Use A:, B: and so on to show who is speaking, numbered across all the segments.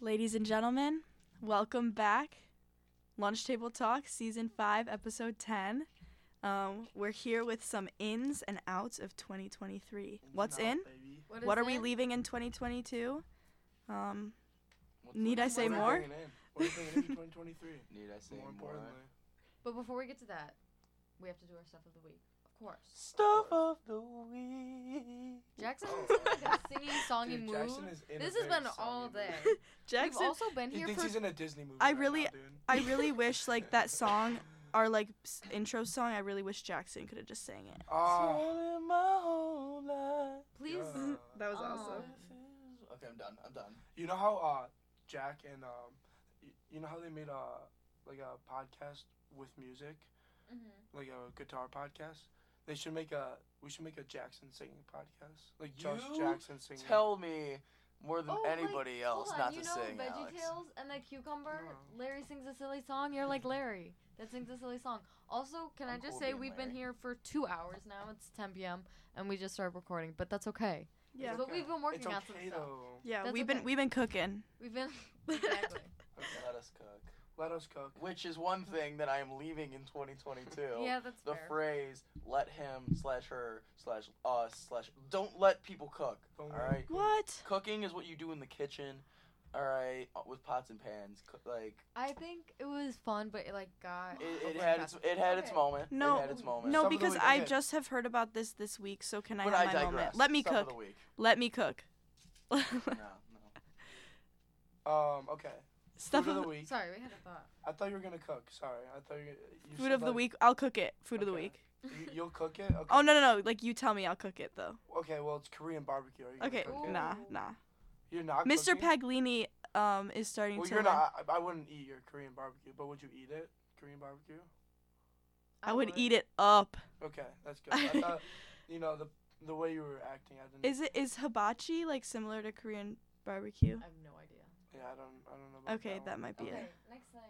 A: Ladies and gentlemen, welcome back. Lunch Table Talk, Season 5, Episode 10. Um, we're here with some ins and outs of 2023. What's in? What are we leaving in 2022? Um, Need I say more?
B: What are you bringing in 2023?
C: Need I say
B: More
C: more?
B: importantly.
D: But before we get to that, we have to do our stuff of the week, of course.
C: Stuff of the week.
D: Jackson
A: oh.
D: is in, like a singing song
B: Dude,
D: mood.
B: Jackson is in a
D: this has
B: very
D: been all
B: songy
D: day.
B: mood.
D: We've
A: Jackson,
D: also been
B: He
D: here
B: thinks
D: for
B: he's in a Disney movie.
A: I
B: right
A: really-
B: now, dude.
A: I really wish, like, that song, our, like, s- intro song, I really wish Jackson could have just sang it.
B: Oh,
D: please.
B: yeah.
A: That was
D: Aw.
A: awesome.
C: Okay, I'm done. I'm done.
B: You know how uh, Jack and um, y- you know how they made a like a podcast with music,
D: Mhm.
B: like a guitar podcast. They should make a. We should make a Jackson singing podcast, like Josh
C: You
B: Jackson singing.
C: Tell me more than
D: Oh, like,
C: anybody else
D: Hold on,
C: not
D: you
C: to
D: know
C: sing, Alex.
D: VeggieTales and the cucumber.
B: No.
D: Larry sings a silly song. You're like Larry. That sings a silly song. Also, can i
C: I'm
D: just
C: cool
D: say
C: being
D: we've been
C: Larry.
D: here for two hours now. It's 10 p.m. and we just started recording, but that's okay.
A: Yeah.
D: But we've been working
B: it's
D: on
B: okay
D: some stuff.
B: though.
A: Yeah,
D: That's
A: we've been
D: okay.
A: we've been cooking.
D: We've been exactly.
C: Let us cook.
B: Let us cook.
C: Which is one thing that I am leaving in 2022.
D: yeah, that's
C: The
D: fair.
C: phrase "let him slash her slash us slash don't let people cook."
B: Don't
C: all
B: let-
C: right.
A: What?
C: Cooking is what you do in the kitchen. All right, with pots and pans. Co- Like
D: I think it was fun, but it like got
C: it, it
D: overcast.
C: had its it had its
D: Okay.
C: moment.
A: No,
C: it had its moment.
A: No,
B: Stuff of the
A: because
B: week,
A: I
B: okay.
A: just have heard about this this week, so can I
C: but
A: have
C: I
A: my
C: digress.
A: moment? Let me
C: Stuff of
A: cook.
C: the week.
A: Let me cook.
C: No, no.
B: Um. Okay.
A: Stuff
B: Food
A: of the,
B: of the week.
D: Sorry, we had a thought.
B: I thought you were gonna cook. Sorry. I thought you. you
A: food
B: said
A: of the
B: that-
A: week. I'll cook it. Food of the
B: Okay.
A: week.
B: You, you'll cook it. Okay.
A: Oh no no no! Like you tell me, I'll cook it though.
B: Okay. Well, it's Korean barbecue. Are you gonna
A: Okay,
B: cook it?
A: nah
D: Ooh.
A: nah.
B: You're not.
A: Mr.
B: cooking?
A: Paglini um is starting
B: Well,
A: to.
B: you're
A: like-
B: not. I, I wouldn't eat your Korean barbecue, but would you eat it? Korean barbecue.
A: I would eat it up.
B: Okay, that's good. I thought, you know, the the way you were acting, I didn't.
A: Is it is hibachi like similar to Korean barbecue?
D: I have no idea.
B: Yeah, I don't. I don't know. About
A: Okay, that
B: one.
A: might be
D: Okay,
A: it.
D: next thing.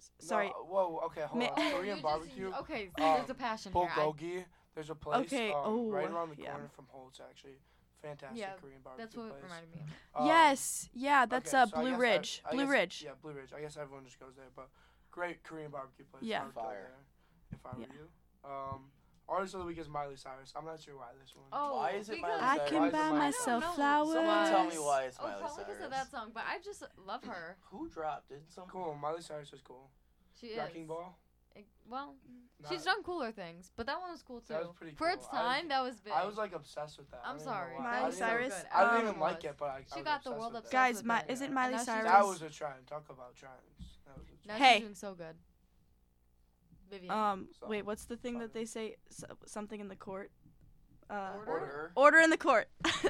A: S- Sorry.
B: No, whoa. Okay, hold
A: Ma-
B: on.
D: Oh, you
B: Uh, Korean
D: just-
B: barbecue,
D: okay, see,
B: um,
D: there's a passion here. I-
B: bulgogi. There's a place.
A: Okay,
B: Um, right
A: oh,
B: around the
A: yeah.
B: corner from Holtz, actually. Fantastic
D: Yeah,
B: Korean barbecue
D: that's what it
B: place.
D: reminded me of.
B: Um,
A: yes. Yeah, that's
B: okay,
A: uh,
B: so I
A: Blue
B: guess I-
A: Ridge.
B: I
A: Blue
B: guess-
A: Ridge.
B: Yeah, Blue Ridge. I guess everyone just goes there, but great Korean barbecue place.
A: Yeah.
B: I would go
C: Fire.
B: there if I were
A: Yeah.
B: you. Um, artist of the week is Miley Cyrus. I'm not sure why this one.
D: Oh,
C: Why is it
D: because
C: Miley
A: I
C: Cyrus?
A: can
B: Why is
A: buy
B: it Miley
A: myself
D: Cyrus?
A: flowers.
C: Someone tell me
D: Yes.
C: why it's
D: Oh,
C: Miley
D: probably because
C: Cyrus.
D: of that song, but I just love her.
C: Who dropped it? Some
B: Cool. Miley Cyrus is cool.
D: She is.
B: Wrecking Ball.
D: It- well,
B: Not-
D: she's done cooler things, but that one was cool too.
B: That was pretty
D: For
B: cool.
D: its
B: I was-
D: time, that was big.
B: I was like obsessed with that. I
D: I'm
B: don't even know
D: sorry.
B: why.
A: Miley
B: I
D: That
B: didn't
D: was so
B: even-
A: Cyrus,
D: good.
B: I
D: don't
B: didn't
A: um,
B: even like it, but I, I
D: She
B: was
D: got the
B: obsessed
D: world
B: with it.
D: obsessed.
A: Guys,
D: with
A: my-
D: her.
A: is it
D: And
A: Miley
D: now she's
A: Cyrus?
B: That
D: doing-
B: was a trend. Talk about trends. That was a
D: Now
B: trend.
A: Hey.
D: she's doing so good. Vivian.
A: Um,
B: So-
A: wait, what's the thing that
B: Sorry.
A: they say? S- something in the court. Uh,
D: Order?
C: order.
A: order in the court.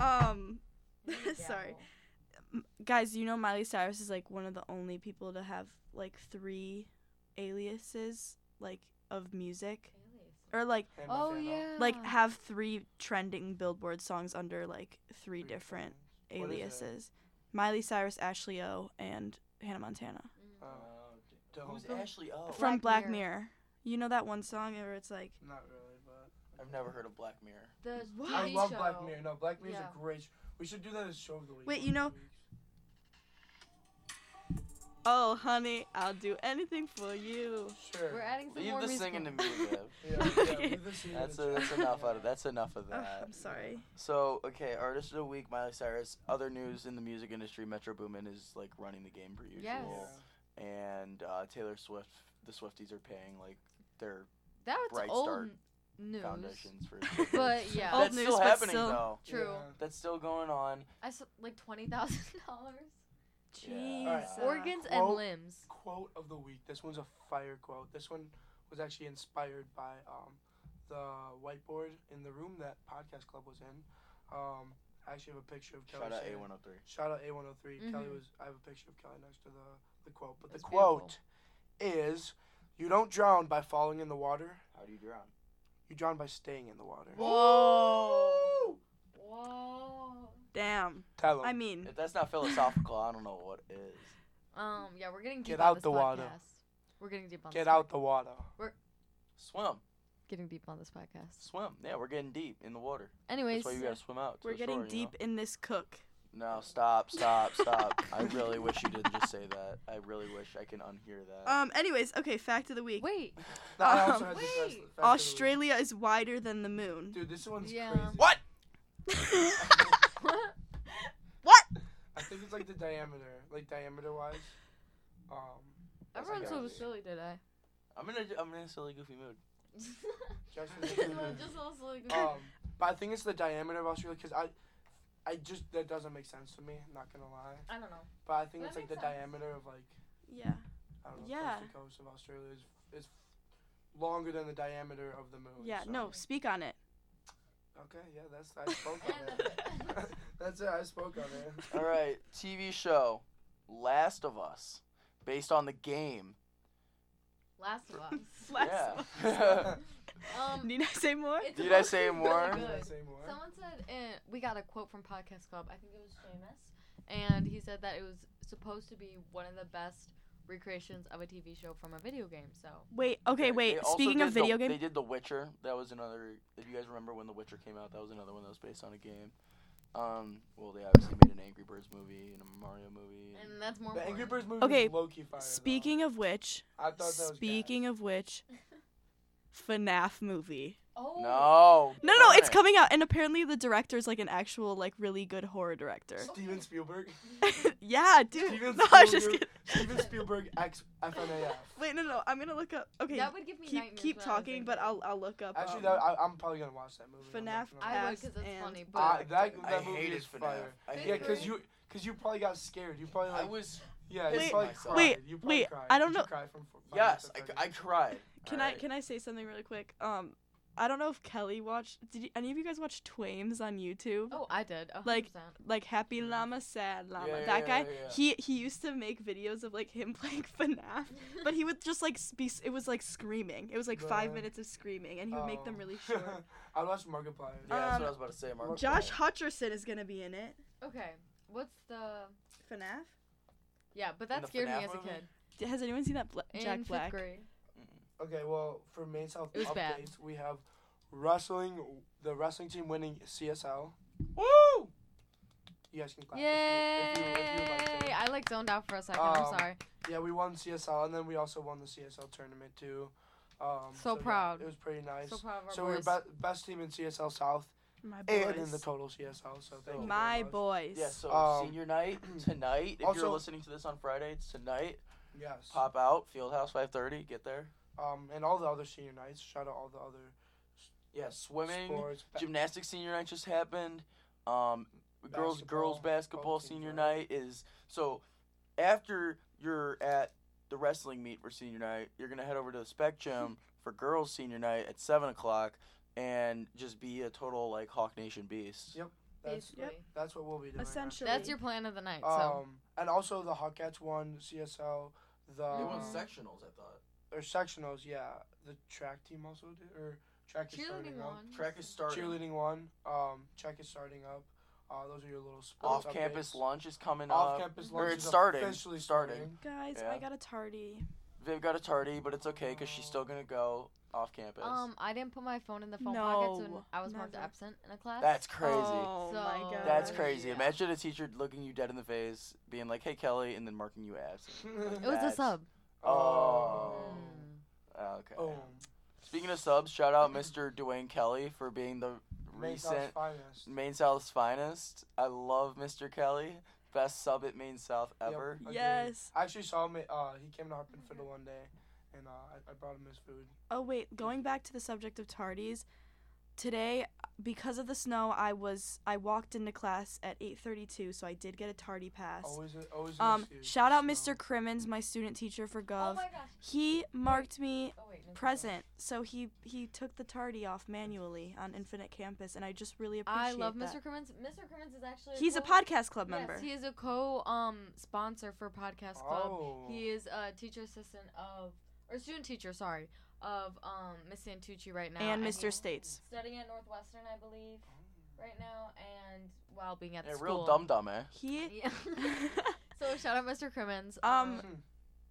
A: um, sorry,
D: Gavel.
A: M- guys. You know Miley Cyrus is like one of the only people to have like three aliases, like of music, or like
B: Hand by
D: Oh
B: Fano.
D: yeah.
A: like have three trending Billboard songs under like three
B: Three
A: different
B: trends. What is it?
A: aliases. Miley Cyrus, Ashley O, and Hannah Montana
B: Oh,
D: Mm.
C: Uh, who's
B: don't-
C: Ashley O?
D: Oh, Black
A: from Black
D: Mirror.
A: Mirror. You know that one song where it's like.
B: Not really, but
C: I've never heard of Black Mirror.
D: The
A: What?
D: TV
B: I love
D: show.
B: Black Mirror. No, Black Mirror's
D: Yeah.
B: a great. Sh- we should do that as show of the week.
A: Wait,
B: one
A: you
B: of
A: know-
B: these weeks.
A: Oh, honey, I'll do anything for you.
B: Sure.
D: We're adding some
C: Leave
D: more
C: the
D: music.
C: singing to me, Viv.
B: Yeah, yeah,
A: Okay.
B: leave this scene in
C: That's
B: the
C: a, that's
B: trend.
C: enough out of
B: Yeah.
C: that's enough of
A: Ugh,
C: that.
A: I'm sorry.
C: So okay, artist of the week, Miley Cyrus. Other news in the music industry, Metro Boomin is like running the game per usual,
D: Yes.
C: and uh, Taylor Swift. The Swifties are paying like their
D: That's
C: Bright
D: old
C: Start
D: n- news.
C: foundations for.
D: But yeah,
A: Old
C: that's
A: news,
C: still
A: but
C: happening
A: still-
C: though.
D: true.
B: Yeah.
C: That's still going on.
D: I s- like twenty thousand dollars.
A: Jeez.
B: Alright, Uh,
D: Organs and
B: quote-
D: limbs.
B: Quote of the week. This one's a fire quote. This one was actually inspired by um, the whiteboard in the room that Podcast Club was in. Um, I actually have a picture of Kelly.
C: Shout out
B: saying-
C: A103.
B: Shout out A103. Kelly
D: Mhm.
B: was. I have a picture of Kelly next to the, the quote. But
D: That's
B: the quote is You don't drown by falling in the water,
C: How do you drown?
B: you drown by staying in the water.
C: Whoa!
D: Whoa.
A: Damn.
B: Tell 'em.
A: I mean,
C: If that's not philosophical, I don't know what is.
D: Um. Yeah, we're getting deep
B: Get
D: on
B: out
D: this
B: the water.
D: podcast. We're getting deep on.
B: Get
D: this
B: out
D: pod-
B: the water.
C: Swim,
D: Getting deep on this podcast.
C: swim. Yeah, we're getting deep in the water.
D: Anyways,
C: That's why you gotta swim out. To
A: we're
C: the
A: getting
C: shore, you know?
A: deep in this cook.
C: No, stop, stop, stop. I really wish you didn't just say that. I really wish I can unhear that.
A: Um. Anyways, okay. Fact of the week.
D: Wait,
B: No, I also
A: Um,
B: had this fact of the-
D: wait.
B: fact of the week.
A: Australia is wider than the moon.
B: Dude, this one's
D: Yeah.
B: crazy.
C: what?
B: I think it's like the diameter, like diameter wise. Um, that's
D: everyone's so
B: like a-
D: silly today.
C: I'm in a I'm in a silly goofy mood.
B: Justin-
D: Just all silly.
B: um, but I think it's the diameter of Australia because I, I just that doesn't make sense to me. Not gonna lie,
D: I don't know.
B: but I think
D: That
B: it's like the
D: makes sense.
B: diameter of like
A: Yeah.
B: I don't know
A: Yeah.
B: coast to coast of Australia is is longer than the diameter of the moon.
A: Yeah.
B: so-
A: No. Speak on it.
B: Okay, yeah, that's I spoke on it. that's it. I spoke on it.
C: All right, TV show Last of Us, based on the game.
D: Last of Us.
A: Last
C: yeah.
D: Um,
A: Need I say more?
D: it's
C: Did I
D: supposed
C: say
D: to be
C: more?
B: Did I
D: good.
B: say more?
D: Someone said uh, we got a quote from Podcast Club. I think it was Seamus, and he said that it was supposed to be one of the best recreations of a TV show from a video game. So
A: Wait. Okay.
C: They-
A: Wait.
C: they also
A: Speaking of
C: did the-
A: video
C: they
A: game.
C: did The Witcher. That was another. If you guys remember when The Witcher came out, that was another one that was based on a game. Um, well, they obviously made an Angry Birds movie and a Mario movie.
D: and that's more.
B: the Angry
D: important.
B: Birds movie
A: Okay,
B: is low key fire. though.
A: Speaking of which.
B: I thought that was gas.
A: Speaking of which. FNAF movie.
D: Oh.
C: no.
A: No, no, it's
C: darn
A: coming out, and apparently the director is like an actual, like, really good horror director.
B: Steven Spielberg.
A: yeah, dude.
B: Steven
A: No, I'm just
B: Spielberg.
A: kidding.
B: Steven Spielberg ex FNAF.
A: Wait, no, no, I'm gonna look up. Okay,
D: That would give me
A: keep
D: nightmares
A: keep
D: when I was
A: talking, but
D: younger.
A: I'll I'll look up.
B: Actually,
A: um,
B: that, I, I'm probably gonna watch that movie. I'm not
A: FNAF
B: gonna
D: I
B: lie.
D: would
A: cast
D: because that's
A: and
D: funny, but
B: Uh, that
C: I
B: that movie
C: hated
B: is
C: FNAF.
B: fire.
C: I
B: Yeah,
D: hated
B: because
D: it.
B: you uh, because you probably got scared. You probably
C: I
B: like,
C: was.
B: yeah.
A: Wait,
B: you probably cried.
A: wait,
B: you probably
A: wait,
B: cried.
A: I don't
B: Did you
A: know-
B: cry from four- five
C: Yes,
B: minutes
C: I,
B: to
C: I
B: thirty?
C: cried.
A: Can I
C: Alright.
A: can I say something really quick? Um, I don't know if Kelly watched. Did you, any of you guys watch Twames on YouTube?
D: Oh, I did. a hundred
A: Like-
D: percent.
A: Like Happy Llama, Sad Llama.
C: Yeah,
A: that
C: yeah,
A: guy.
C: yeah, yeah.
A: He he used to make videos of like him playing FNAF. But he would just like s- be. s- It was like screaming. It was like five
B: Bruh.
A: minutes of screaming, and he would make them
B: Oh.
A: really short.
B: I watched Markiplier.
C: Yeah, that's
A: Um,
C: what I was about to say, Mark.
A: Josh Hutcherson is gonna be in it.
D: okay. What's the?
A: FNAF.
D: Yeah, but
C: the
D: that scared me
C: FNAF
D: as a
C: movie?
D: kid.
A: D- Has anyone seen that Bla-
D: In
A: Jack
D: fifth
A: Black?
D: grade.
B: Okay, well, for main South
D: It was
B: updates,
D: bad.
B: we have wrestling. The wrestling team winning CSL.
C: Woo!
B: You guys can clap. if you-
D: Yay!
B: If you, if you, like to.
D: I like zoned out for a second.
B: Um,
D: I'm sorry.
B: Yeah, we won CSL, and then we also won the CSL tournament too. Um,
D: So
B: yeah,
D: proud.
B: it was pretty nice.
D: So proud of our
B: So we're
D: boys.
B: be- best team in CSL South
A: My boys.
B: and in the total CSL. So thank you.
A: My
B: very much.
A: boys.
C: Yeah, so
B: Um,
C: senior night tonight. If
B: also-
C: you're listening to this on Friday, it's tonight.
B: Yes.
C: Pop out, Fieldhouse 5:30. Get there.
B: Um, and all the other senior nights. Shout out all the other
C: Yeah, swimming,
B: sports. ba-
C: gymnastics senior night just happened. Um, girls girls
B: Basketball,
C: basketball
B: both teams
C: senior
B: are
C: night is so after you're at the wrestling meet for senior night, you're gonna head over to the spec gym for girls senior night at seven o'clock and just be a total like Hawk Nation beast.
B: Yep. that's
D: Basically.
B: that's what we'll be doing. actually.
A: Essentially.
D: That's your plan of the night. So
B: Um, and also the Hawkettes won CSL. The
C: They
A: won
C: won
A: Mhm.
C: sectionals, I thought.
B: or sectionals, yeah. The track team also did, or track is
D: cheerleading
B: starting up.
D: one.
C: Track is starting.
B: Cheerleading one. Um, track is starting up. Uh, those are your little sports
C: Off campus
B: updates.
C: lunch is coming
B: Off
C: up.
B: campus
C: or
B: lunch
C: it's
B: is
C: starting,
B: Officially
C: starting.
A: Guys, I
C: Yeah.
A: got a tardy.
C: Viv got a tardy, but it's okay because she's still gonna go off campus.
D: Um, I didn't put my phone in the phone pocket, so
A: No,
D: n- I was marked
A: never.
D: absent in a class.
C: That's crazy.
A: Oh my
D: So-
A: god.
C: That's
D: Uh,
C: crazy.
D: yeah.
C: Imagine a teacher looking you dead in the face, being like, "Hey Kelly," and then marking you absent.
D: it was
C: That's-
D: a sub.
C: Oh.
D: Mm.
C: Oh, Okay.
B: Uh, Boom.
C: Speaking of subs, shout out Mr. Dwayne Kelly for being the
B: Main South's
C: recent
B: finest.
C: Maine South's finest. I love Mr. Kelly. Best sub at Maine South
B: Yep.
C: ever.
B: Agreed.
A: Yes.
B: I actually saw him. at- Uh, he came to Harpin Fiddle one day, and uh, I, I brought him his food.
A: Oh wait, going back to the subject of tardies. Today, because of the snow, I was I walked into class at 8:32, so I did get a tardy pass.
D: Oh,
B: Always, a- always. an
A: um,
B: excuse,
A: shout out
B: so.
A: Mr. Crimmins, my student teacher for Gov.
D: Oh my gosh.
A: he marked me
D: Oh wait. No, sorry.
A: present, so he he took the tardy off manually on Infinite Campus, and I just really appreciate
D: I love
A: that.
D: Mr. Crimmins. Mr. Crimmins is actually.
A: He's a
D: co-
A: podcast club member.
D: Yes, he is a co um sponsor for Podcast Club.
B: Oh.
D: He is a teacher assistant of or student teacher, sorry, of um Miss Santucci right now.
A: and
D: he's
A: Mr. States.
D: Studying at Northwestern, I believe, right now, and while being at
C: Yeah,
D: the school.
C: real dumb dumb, eh?
A: He
D: Yeah. so shout out Mr. Crimmins.
A: Um,
B: Hmm.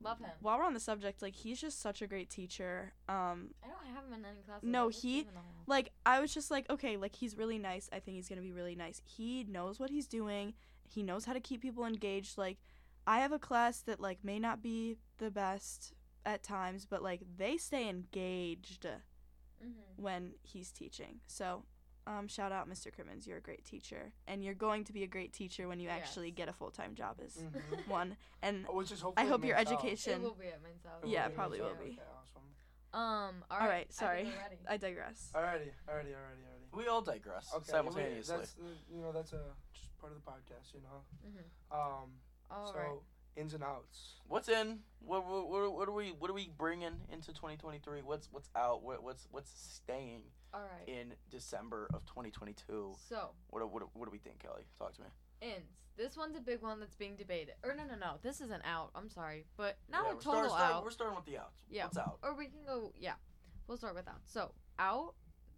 D: love him.
A: while we're on the subject, like he's just such a great teacher. Um,
D: I don't have him in any classes.
A: No,
D: I've just
A: he-
D: seen him all.
A: like I was just like, okay, like he's really nice. I think he's gonna be really nice. He knows what he's doing, He knows how to keep people engaged. Like, I have a class that like may not be the best at times, but like they stay engaged
D: Mm-hmm.
A: when he's teaching. So, um, shout out, Mr. Crimmins. You're a great teacher, and you're going to be a great teacher when you actually
D: Yes. Mm.
A: get a full time job. Is
B: Mhm.
A: one, and
B: Oh, Which is
A: I
B: hopefully
A: hope your
B: meant out.
A: education.
D: It Mm-hmm. will be at Men's Health.
B: It will
A: Yeah,
B: be meant
A: probably
B: out.
A: will be.
B: Okay, awesome.
D: Um. All
A: All
D: right.
A: right, sorry.
D: I think we're ready.
A: I digress.
B: Alrighty, alrighty, alrighty, alrighty.
C: We all digress
B: Okay,
C: simultaneously.
B: That's uh, you know that's a just part of the podcast, you know.
D: Mhm.
B: Um,
D: All
B: so
D: right.
B: ins and outs.
C: What's in? What, what what what are we what are we bringing into 2023? What's what's out? What what's what's staying
D: All right.
C: in December of 2022?
D: So
C: What do- what do- what do we think, Kelly? Talk to me.
D: ins. This one's a big one that's being debated. Or no, no, no. This is an out. I'm sorry, but not
C: Yeah,
D: a
C: we're
D: total
C: starting, starting-
D: out.
C: We're starting with the outs.
D: Yeah.
C: What's out?
D: Or we can go. Yeah, we'll start with out. So out,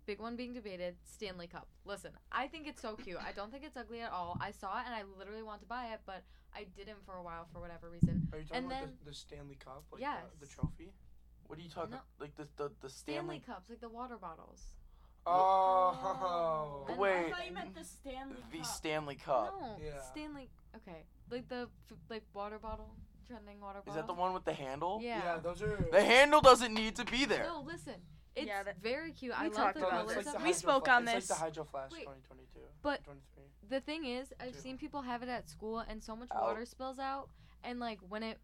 D: big one being debated. Stanley Cup. Listen, I think it's so cute. I don't think it's ugly at all. I saw it and I literally want to buy it, but I didn't for a while for whatever reason.
B: Are you talking
D: And
B: about
D: then-
B: the, the Stanley Cup, like
D: Yes.
B: the, the trophy?
C: What are you talking?
D: No.
C: Like the the, the
D: Stanley,
C: Stanley.
D: cups, like the water bottles.
B: Oh,
C: But wait.
E: I thought you meant the Stanley
C: the
E: Cup.
C: Stanley Cup.
D: No,
B: Yeah.
D: Stanley. Okay, like the f- like water bottle, trending water
C: Is
D: bottle.
C: that the one with the handle?
D: Yeah.
B: yeah. those are.
C: The handle doesn't need to be there.
D: No, listen. It's
A: Yeah, that-
D: very cute. I
A: We
D: love
A: talked
D: the
B: No,
A: about
B: it's
A: this.
D: colors.
B: like the
D: of
A: We
D: it.
B: Hydro
A: spoke
B: Fla-
A: on
B: It's like
A: this.
B: the Hydro Flash
D: Wait.
B: 2022.
D: But-
B: 23.
D: The thing is, I've
B: Dude.
D: seen people have it at school, and so much
C: Out.
D: water spills out, and like when it,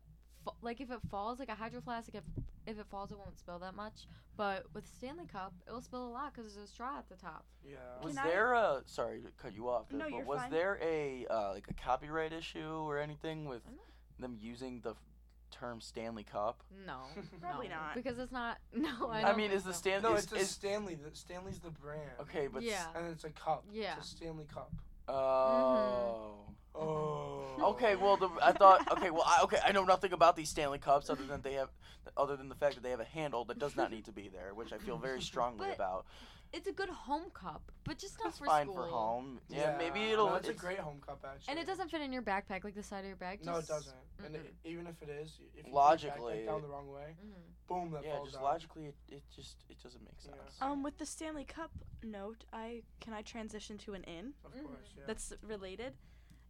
D: fa- like if it falls, like a hydro flask, if if it falls, it won't spill that much. But with Stanley Cup, it will spill a lot because there's a straw at the top.
B: Yeah.
C: Was
A: Can I-
C: there a sorry to cut you off?
A: No,
C: but
A: you're
C: was
A: fine.
C: there a uh, like a copyright issue or anything with
D: I don't-
C: them using the f- term Stanley Cup?
D: No,
A: Probably
D: no,
A: not.
D: because it's not. No, I,
B: I
D: don't
C: I mean,
D: think
C: is the
D: so.
C: Stanley?
B: no,
C: is,
B: it's a
C: is-
B: Stanley. The, Stanley's the brand.
C: okay, but s-
D: Yeah. Mm-hmm.
B: And it's a cup.
D: Yeah.
B: It's a Stanley Cup.
C: oh.
B: Oh.
C: Okay, well, the, I thought. Okay, well, I, okay, I know nothing about these Stanley Cups other than they have, other than the fact that they have a handle that does not need to be there, which I feel very strongly
D: But
C: about.
D: It's a good home cup, but just not
C: It's
D: for
C: fine
D: school.
C: for home. Yeah, maybe it'll.
B: No, it's,
C: it's-
B: a great home cup actually.
D: And it doesn't fit in your backpack, like the side of your bag. Just,
B: No, it doesn't. And
D: Mm-mm.
B: it, even if it is, y- if you put
C: Logically-
B: it back, like, down the wrong way,
D: Mhm.
B: boom, that
C: Yeah,
B: falls
C: just
B: out.
C: logically, it, it just it doesn't make sense.
B: Yeah.
A: Um, with the Stanley Cup note, I can I transition to an in
B: Of
D: Mhm.
B: course, yeah.
A: that's related,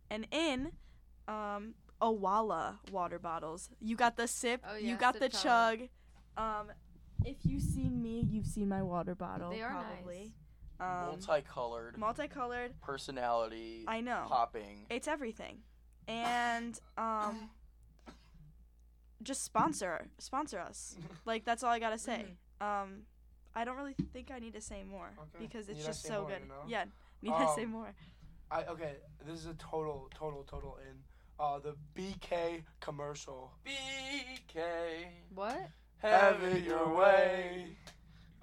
A: an in, um, Owala water bottles. You got the sip,
D: Oh,
A: you
D: yeah,
A: got
D: sip
A: the
D: chug.
A: chug. Um, if you've seen me, you've seen my water bottle.
D: They are
A: probably. Um,
C: Multicolored
A: multicolored.
C: personality,
A: I know.
C: popping.
A: It's everything, and um, just sponsor sponsor us. Like that's all I gotta say.
D: Mm-hmm.
A: Um, I don't really think I need to say more
B: Okay.
A: because it's
B: Need I
A: just
B: say
A: so
B: more,
A: good.
B: you know?
A: Yeah, need I say
B: Um,
A: more?
B: I okay. This is a total, total, total in. Uh, the BK commercial.
C: BK,
D: What?
B: Have it your way.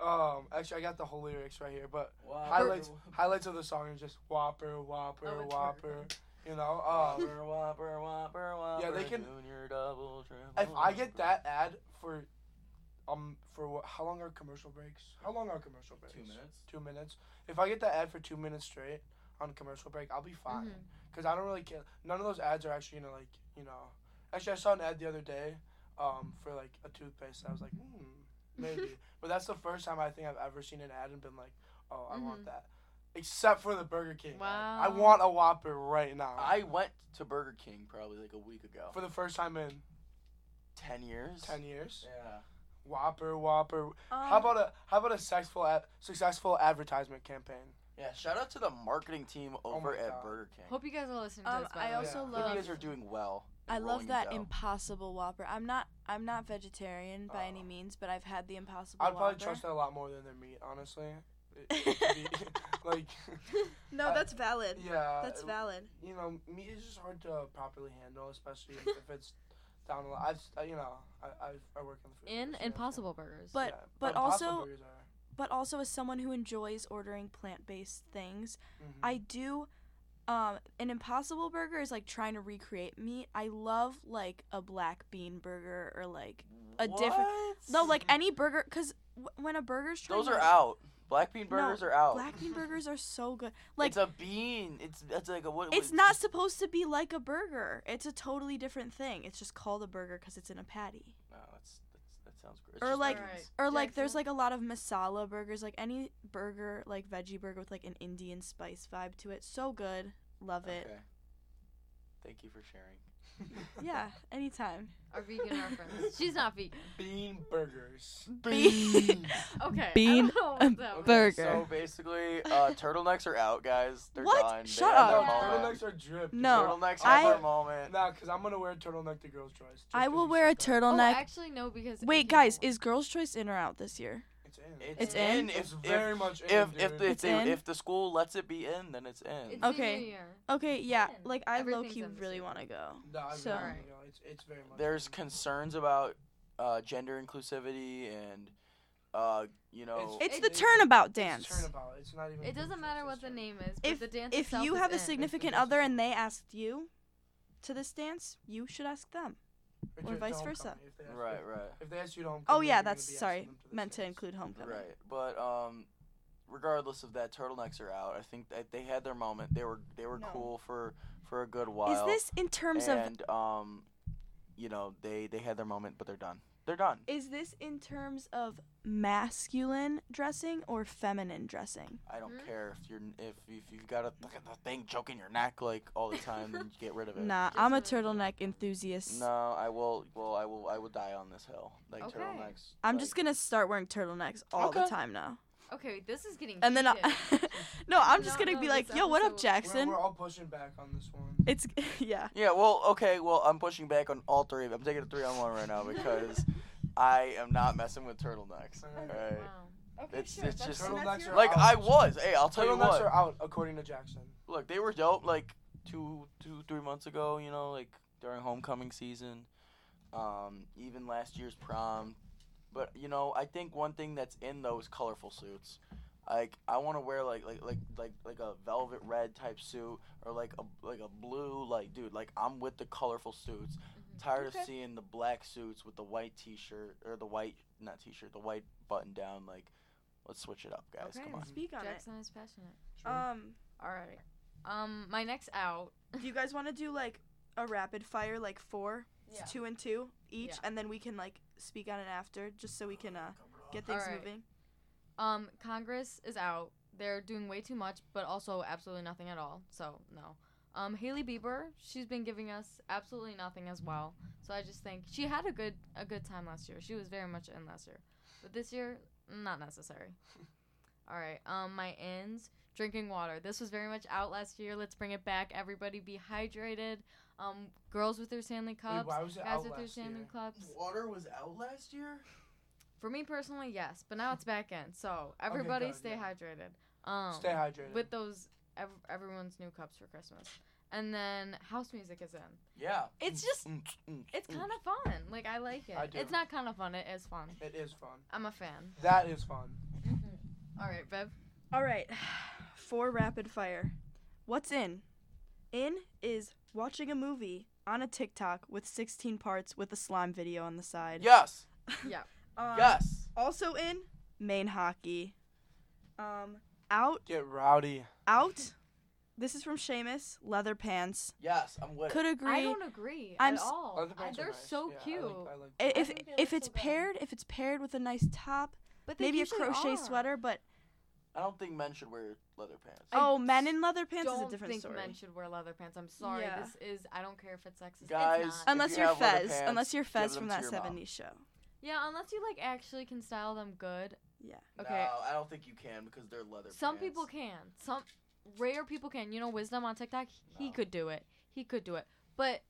B: Um, actually, I got the whole lyrics right here, but
C: Uh,
B: Highlights- highlights of the song is just Whopper, Whopper,
D: Oh, it's
B: Whopper. You know, um,
C: Whopper, whopper, whopper, whopper.
B: Yeah, they can-
C: Junior, double, triple,
B: if I get
C: whopper.
B: that ad for, um, for what? How long are commercial breaks? How long are commercial breaks?
C: two minutes.
B: Two minutes. If I get that ad for two minutes straight on commercial break, I'll be fine.
D: Mhm.
B: Cause I don't really care. None of those ads are actually gonna like you know. Actually, I saw an ad the other day, um, for like a toothpaste. I was like, hmm, maybe. but that's the first time I think I've ever seen an ad and been like, oh, I
D: Mhm.
B: want that. Except for the Burger King. ad. I
D: Wow.
B: want a Whopper right now.
C: I went to Burger King probably like a week ago.
B: for the first time in
C: ten years.
B: ten years.
C: Yeah.
B: Whopper, Whopper.
A: Um,
B: how about a how about a successful ad- successful advertisement campaign?
C: Yeah. Shout out to the marketing team over
B: Oh my
C: at
B: God.
C: Burger King.
D: Hope you guys are listening to
A: Um,
D: this. By
A: I
D: the way.
A: also
B: Yeah.
C: Hope you guys
A: love
C: are doing well. and
A: I
C: rolling
A: love
C: in
A: that
C: dough.
A: Impossible Whopper. I'm not I'm not vegetarian by
B: Oh.
C: Uh.
A: any means, but I've had the Impossible
B: I'd probably
A: Whopper.
B: trust that a lot more than their meat, honestly. It- it could be- like,
A: no,
B: I-
A: that's valid.
B: yeah.
A: That's
B: it-
A: valid.
B: you know, meat is just hard to properly handle, especially if, if it's down a lot. I've, s- uh, you know, I, I, I work in the food. industry,
D: in
B: I can't-
D: Impossible Burgers.
A: But-
B: yeah,
A: but
B: Impossible
A: also-
B: burgers are-
A: But also as someone who enjoys ordering plant-based things,
C: Mm-hmm.
B: mhm.
A: I do um an impossible burger is like trying to recreate meat. I love like a black bean burger or like a different-
C: What?
A: no, like any burger cuz w- when a burger's trying
C: Mm-hmm. Those
A: to-
C: are out. Black bean burgers are out.
A: Black bean burgers are so good. Like
C: it's a bean. It's that's like a what?
A: It's
C: what-
A: not supposed to be like a burger. It's a totally different thing. It's just called a burger because it's in a patty.
C: No, that's, that's that sounds great.
A: Or like-
D: Alright.
A: Or like there's
D: Jackson?
A: like a lot of masala burgers, like any burger, like veggie burger with like an Indian spice vibe to it. So good. Love it.
C: Thank you for sharing.
A: Yeah, anytime.
D: Our vegan reference. She's not vegan.
B: Bean burgers.
A: Bean.
D: Okay.
A: Bean
D: I don't know what's up
B: Okay,
D: with
A: Burger.
C: So basically, uh, turtlenecks are out, guys. They're
A: What?
C: done. They
A: Shut
C: had
B: No,
C: their
D: up.
C: moment.
B: turtlenecks are drip.
A: No,
C: Turtlenecks
A: I-
C: have their moment.
B: Nah, cause I'm gonna wear a turtleneck to girls' choice. just
A: I
B: 'cause
A: will
B: you
A: wear a
B: said that.
D: Oh,
A: turtleneck.
D: actually no, because if
A: Wait,
D: you-
A: guys, is Girls' Choice in or out this year?
B: It's in.
A: It's in?
C: If,
B: It's very
C: if,
B: much in.
C: if if
B: dude.
C: the, if,
A: It's
C: they,
A: in?
C: if the school lets it be in, then it's in.
D: It's
A: Okay.
D: New Year.
A: Okay, yeah.
D: in.
A: Like I low
D: Everything's
A: key
D: in this
A: really
D: year.
A: want to go.
B: Nah, I
A: so-
B: really don't know. it's it's very much.
C: There's
B: in.
C: concerns about uh, gender inclusivity and uh, you know.
A: It's
D: It-
A: the
D: it-
A: turnabout
B: It's
A: dance.
B: turnabout. It's not even.
D: It doesn't
B: Christmas,
D: matter
B: it's
D: what the
B: turnabout.
D: name is, but the dance
A: If
D: itself
A: you
D: is
A: have a
D: in.
A: significant
B: It's
A: other
B: in.
A: and they asked you to this dance, you should ask them.
B: Or
A: or
B: to
A: vice
B: homecoming,
A: versa.
B: if they ask-
C: Right,
B: if-
C: right.
B: If they ask you to homecoming,
A: Oh yeah,
B: you're gonna
A: that's
B: be asking
A: sorry.
B: them to this
A: Meant to
B: dance.
A: include homecoming.
C: Right, but um, regardless of that, turtlenecks are out. I think that they had their moment. They were they were
A: No.
C: cool for for a good while.
A: Is this in terms of
C: and um, you know they they had their moment, but they're done. They're done.
A: is this in terms of masculine dressing or feminine dressing?
C: I don't
D: Hmm?
C: care if you're if if you've got a look at the thing choking your neck like all the time, then get rid of it.
A: Nah, I'm a
D: Just a-
A: turtleneck enthusiast.
C: No, I will. Well, I will. I will die on this hill. Like
D: Okay.
C: turtlenecks.
A: I'm
C: like,
A: just gonna start wearing turtlenecks all the
C: Okay.
A: time now.
D: Okay, wait, this is getting.
A: And then I,
D: heated.
A: No, I'm just
D: No,
A: gonna
D: no,
A: be like,
D: this
A: "Yo, what up,
D: episode-
B: We're,
A: Jackson?"
B: we're all pushing back on this one.
A: It's yeah.
C: Yeah. Well. Okay. Well, I'm pushing back on all three. I'm taking a three on one right now because I am not messing with turtlenecks.
B: All
C: All
B: right.
C: right.
D: Wow.
A: Okay,
C: It's- sure, it's that's- just-
B: that's Turtlenecks your- are
C: Like
B: out.
C: I was. Hey, I'll tell you
B: Turtlenecks
C: what.
B: are out according to Jackson.
C: Look, they were dope like two, two, three months ago. You know, like during homecoming season, um, even last year's prom. But you know, I think one thing that's in those colorful suits. Like I want to wear like like like like like a velvet red type suit or like a like a blue like dude like I'm with the colorful suits.
A: Mm-hmm.
C: Tired
A: Okay.
C: of seeing the black suits with the white t-shirt or the white not t-shirt the white button down. Like, let's switch it up, guys.
D: Okay.
C: Come on.
A: Speak on
D: Jackson is passionate.
A: it. Um,
D: All right. Um, my next out.
A: do you guys want to do like a rapid fire, like four, It's
D: Yeah.
A: two and two each,
D: Yeah.
A: and then we can like speak on it after, just so we can uh get things
D: Alright.
A: moving.
D: Um, Congress is out. They're doing way too much, but also absolutely nothing at all. So no. Um, Haley Bieber, she's been giving us absolutely nothing as well. So I just think she had a good a good time last year. She was very much in last year, but this year not necessary. All right. Um, my ends drinking water. This was very much out last year. Let's bring it back. Everybody be hydrated. Um, girls with their Stanley
B: Wait,
D: cups,
B: why was it
D: guys
B: out
D: with their
B: last year?
D: Stanley cups.
C: Water was out last year.
D: For me personally, yes, but now it's back in. So everybody
B: good,
D: stay
B: yeah.
D: hydrated. Um,
B: Stay hydrated.
D: with those ev- everyone's new cups for Christmas, and then house music is in.
C: Yeah.
D: It's just
C: Mm, mm,
D: it's
C: mm.
D: kind of fun. Like I like it.
B: I do.
D: It's not kind of fun. It is fun.
B: it is fun.
D: I'm a fan.
B: That is fun.
D: All right, Bev.
A: All right, four rapid fire. What's in? In is watching a movie on a TikTok with 16 parts with a slime video on the side.
C: Yes.
A: Um,
C: Yes.
A: Also in main hockey. Um, out,
B: Get rowdy.
A: out. This is from Seamus. Leather pants.
C: Yes. I'm with. it.
A: Could agree.
D: I don't agree
A: I'm
D: at
A: s-
D: all.
B: Leather
D: I,
B: Oh, pants are
D: they're
B: nice.
D: so
B: Yeah, I
D: cute.
B: like- I like
A: I- if
D: I think they
A: if
D: look
A: it's
D: so good.
A: paired, if it's paired with a nice top,
D: but they
A: maybe a
D: usually
A: crochet
D: are.
A: sweater, but
C: I don't think men should wear leather pants.
D: I
A: oh, men in leather pants is
D: Don't
A: a different
D: think
A: story.
D: men should wear leather pants. I'm sorry.
A: Yeah. Um,
D: This is I don't care if it's sexist. It's
C: Guys,
D: not.
C: if
A: unless
C: you
A: you are
C: have leather
A: Fez,
C: pants,
A: unless you're Fez
C: give them
A: from
C: to
A: that
C: your mom.
A: 70s show.
D: Yeah, unless you like actually can style them good.
A: Yeah.
D: Okay.
C: No, I don't think you can because they're leather.
D: Some
C: pants.
D: people can. Some rare people can. You know, Wisdom on TikTok, he
C: No.
D: could do it. He could do it. But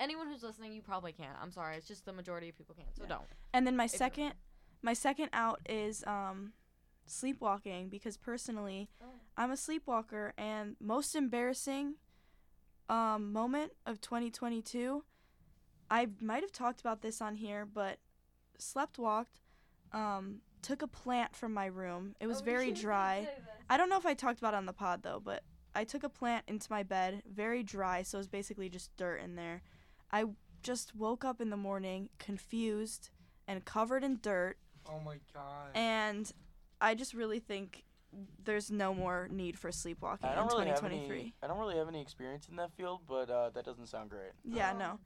D: anyone who's listening, you probably can't. I'm sorry. It's just the majority of people can't. So
A: Yeah.
D: don't.
A: And then my
D: If you-
A: second, my second out is um, sleepwalking because personally,
D: Oh.
A: I'm a sleepwalker, and most embarrassing um, moment of 2022, I might have talked about this on here, but slept walked, um, took a plant from my room. It was very dry. I don't know if I talked about it on the pod though, but I took a plant into my bed, very dry, so it was basically just dirt in there. I just woke up in the morning confused and covered in dirt,
B: Oh my god.
A: and I just really think there's no more need for sleepwalking
C: I
A: in
C: don't really have
A: 2023.
C: any. I don't really have any experience in that field, but uh, that doesn't sound great.
A: Yeah,
D: Um,
A: no.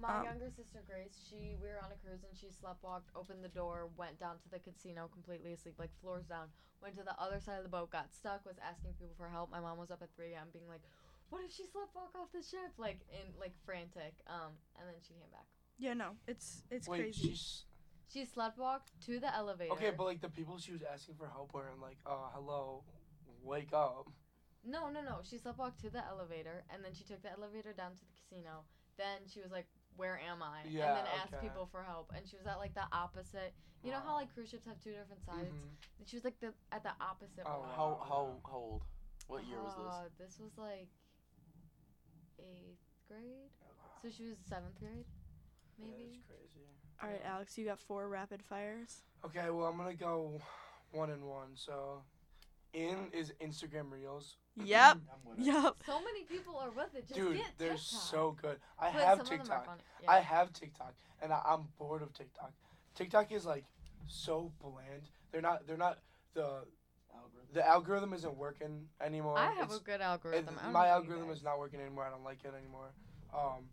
D: My
A: Um,
D: younger sister Grace, she we were on a cruise and she sleptwalked, opened the door, went down to the casino completely asleep, like floors down. Went to the other side of the boat, got stuck, was asking people for help. My mom was up at 3 a.m. being like, what if she slipped walk off the ship? Like in like frantic. Um, and then she came back.
A: Yeah, no, it's it's
B: Wait,
A: crazy.
B: she's
D: She slept walked to the elevator.
B: okay, but like the people she was asking for help were like, uh, hello, wake up.
D: No, no, no. She sleptwalked to the elevator, and then she took the elevator down to the casino. Then she was like, "Where am I?" and then
B: Yeah,
D: asked
B: okay.
D: people for help. And she was at like the opposite. You know how
B: Wow.
D: like cruise ships have two different sides.
B: Mhm.
D: And She was like the at the opposite.
B: Oh,
D: one.
C: How
B: Wow.
C: how how old? What year was this?
D: Uh, this was like eighth grade. So she was seventh grade,
B: Yeah,
D: maybe.
B: that's crazy.
A: All right, Alex, you got four rapid fires.
B: Okay, well I'm gonna go one and one. So, in is Instagram Reels.
A: Yep.
C: I'm with
A: Yep.
D: So many people are with it. Just
B: Dude,
D: get
B: they're
D: TikTok.
B: so good. I
D: But
B: have
D: some of them are
B: TikTok.
D: funny.
B: I
D: Yeah.
B: have TikTok, and I, I'm bored of TikTok. TikTok is like so bland. They're not. They're not the the algorithm isn't working anymore.
D: I have
B: It's-
D: a good
B: it-
D: algorithm. I
B: my
D: don't know if you
B: algorithm
D: guys-
B: is not working anymore. I don't like it anymore. Um,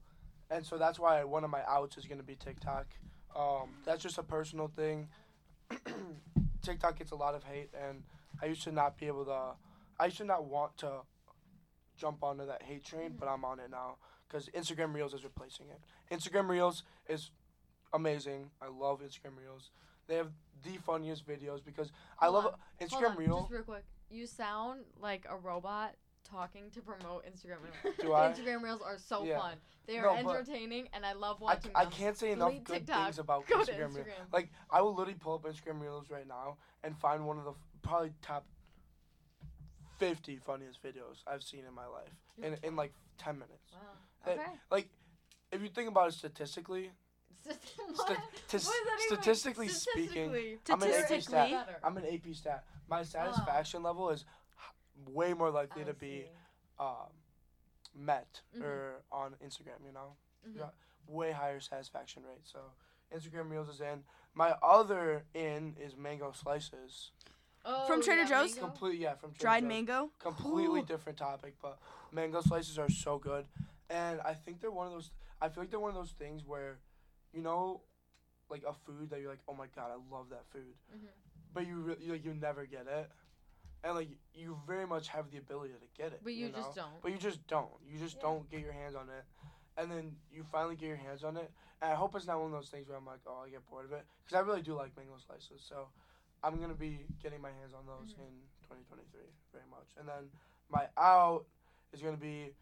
B: and so that's why one of my outs is gonna be TikTok. Um, that's just a personal thing. TikTok gets a lot of hate, and I used to not be able to. I used to not want to jump onto that hate train, but I'm on it now because Instagram Reels is replacing it. Instagram Reels is amazing. I love Instagram Reels. They have the funniest videos because I
D: Hold
B: love
D: on. Hold
B: Instagram
D: on,
B: Reels.
D: Just real quick, you sound like a robot talking to promote Instagram Reels.
B: Do I?
D: Instagram Reels are so
B: Yeah.
D: fun. They are
B: No, but-
D: entertaining, and I love
B: I,
D: watching
B: I
D: them.
B: can't say enough
D: Delete
B: good
D: TikTok.
B: things about
D: Go to
B: Instagram, Reels.
D: Instagram.
B: Like I will literally pull up Instagram Reels right now and find one of the f- probably top fifty funniest videos I've seen in my life in in like ten minutes.
D: Wow.
B: Hey,
D: Okay.
B: Like if you think about it statistically,
D: St-
B: sta- tis- statistically speaking, I'm an AP
A: Statistically,
B: stat. I'm an AP stat. My satisfaction
D: Oh.
B: level is h- way more likely to be um, met
D: Mhm.
B: or on Instagram. You know,
D: Mhm.
B: yeah, way higher satisfaction rate. So Instagram Reels is in. My other in is mango slices.
D: Oh,
A: From Trader
D: yeah,
A: Joe's?
D: mango?
B: Complete, yeah, from Trader
A: Dried
B: Joe's.
A: mango.
B: Completely
A: Ooh.
B: different topic, but mango slices are so good, and I think they're one of those. I feel like they're one of those things where, you know, like a food that you're like, oh my god, I love that food,
D: Mhm.
B: but you really like you never get it, and like you very much have the ability to get it.
D: But you,
B: know?
D: just don't.
B: But you just don't. You just
D: Yeah.
B: don't get your hands on it. And then you finally get your hands on it. And I hope it's not one of those things where I'm like, oh, I get bored of it. Because I really do like mango slices. So I'm going to be getting my hands on those
D: Mhm.
B: in 2023 very much. And then my out is going to be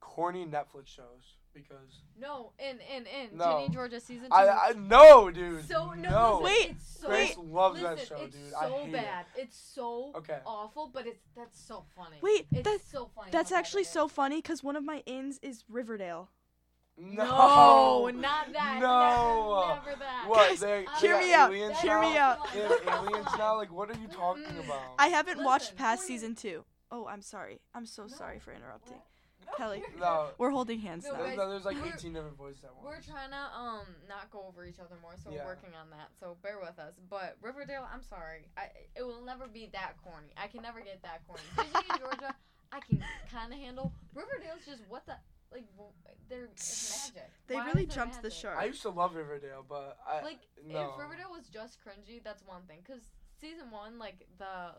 B: corny Netflix shows. Because
D: No, in in in
B: No.
D: Ginny Georgia season two.
B: I, I no, dude.
D: so no,
B: no.
D: listen,
A: Wait,
D: it's so,
B: Grace loves
D: listen,
B: that show,
D: it's
B: dude.
D: so
B: I hate
D: bad. Oh, It's so
B: it. Okay.
D: awful, but it's that's so funny.
A: Wait,
D: it's
A: that's
D: so funny.
A: that's
D: how bad
A: actually
D: it is.
A: so funny because one of my ins is Riverdale.
D: No, not that.
B: No.
D: never, never that.
B: What?
A: Guys,
B: they, they
A: hear
B: got
A: me out,
B: aliens
A: hear me
B: now?
A: out.
B: They have aliens now? Like, what are you talking
D: Mm-mm.
B: about?
A: I haven't watched
D: Listen,
A: past
D: wait.
A: season two. Oh, I'm sorry. I'm so sorry
D: No,
A: for interrupting.
D: What?
A: Kelly.
B: No,
A: We're holding hands
D: No,
A: now.
B: there's,
D: guys,
B: no, there's like
D: we're-
B: 18 different voices at once.
D: We're trying to um not go over each other more, so
B: Yeah.
D: we're working on that. So bear with us. But Riverdale, I'm sorry, I it will never be that corny. I can never get that corny. Disney and Georgia, I can kind of handle. Riverdale's just what the like. w- They're it's magic.
A: They
D: Why
A: really
D: is it
A: jumped the
D: magic?
A: shark.
B: I used to love Riverdale, but I
D: Like
B: no.
D: if Riverdale was just cringy, that's one thing. Cause season one, like the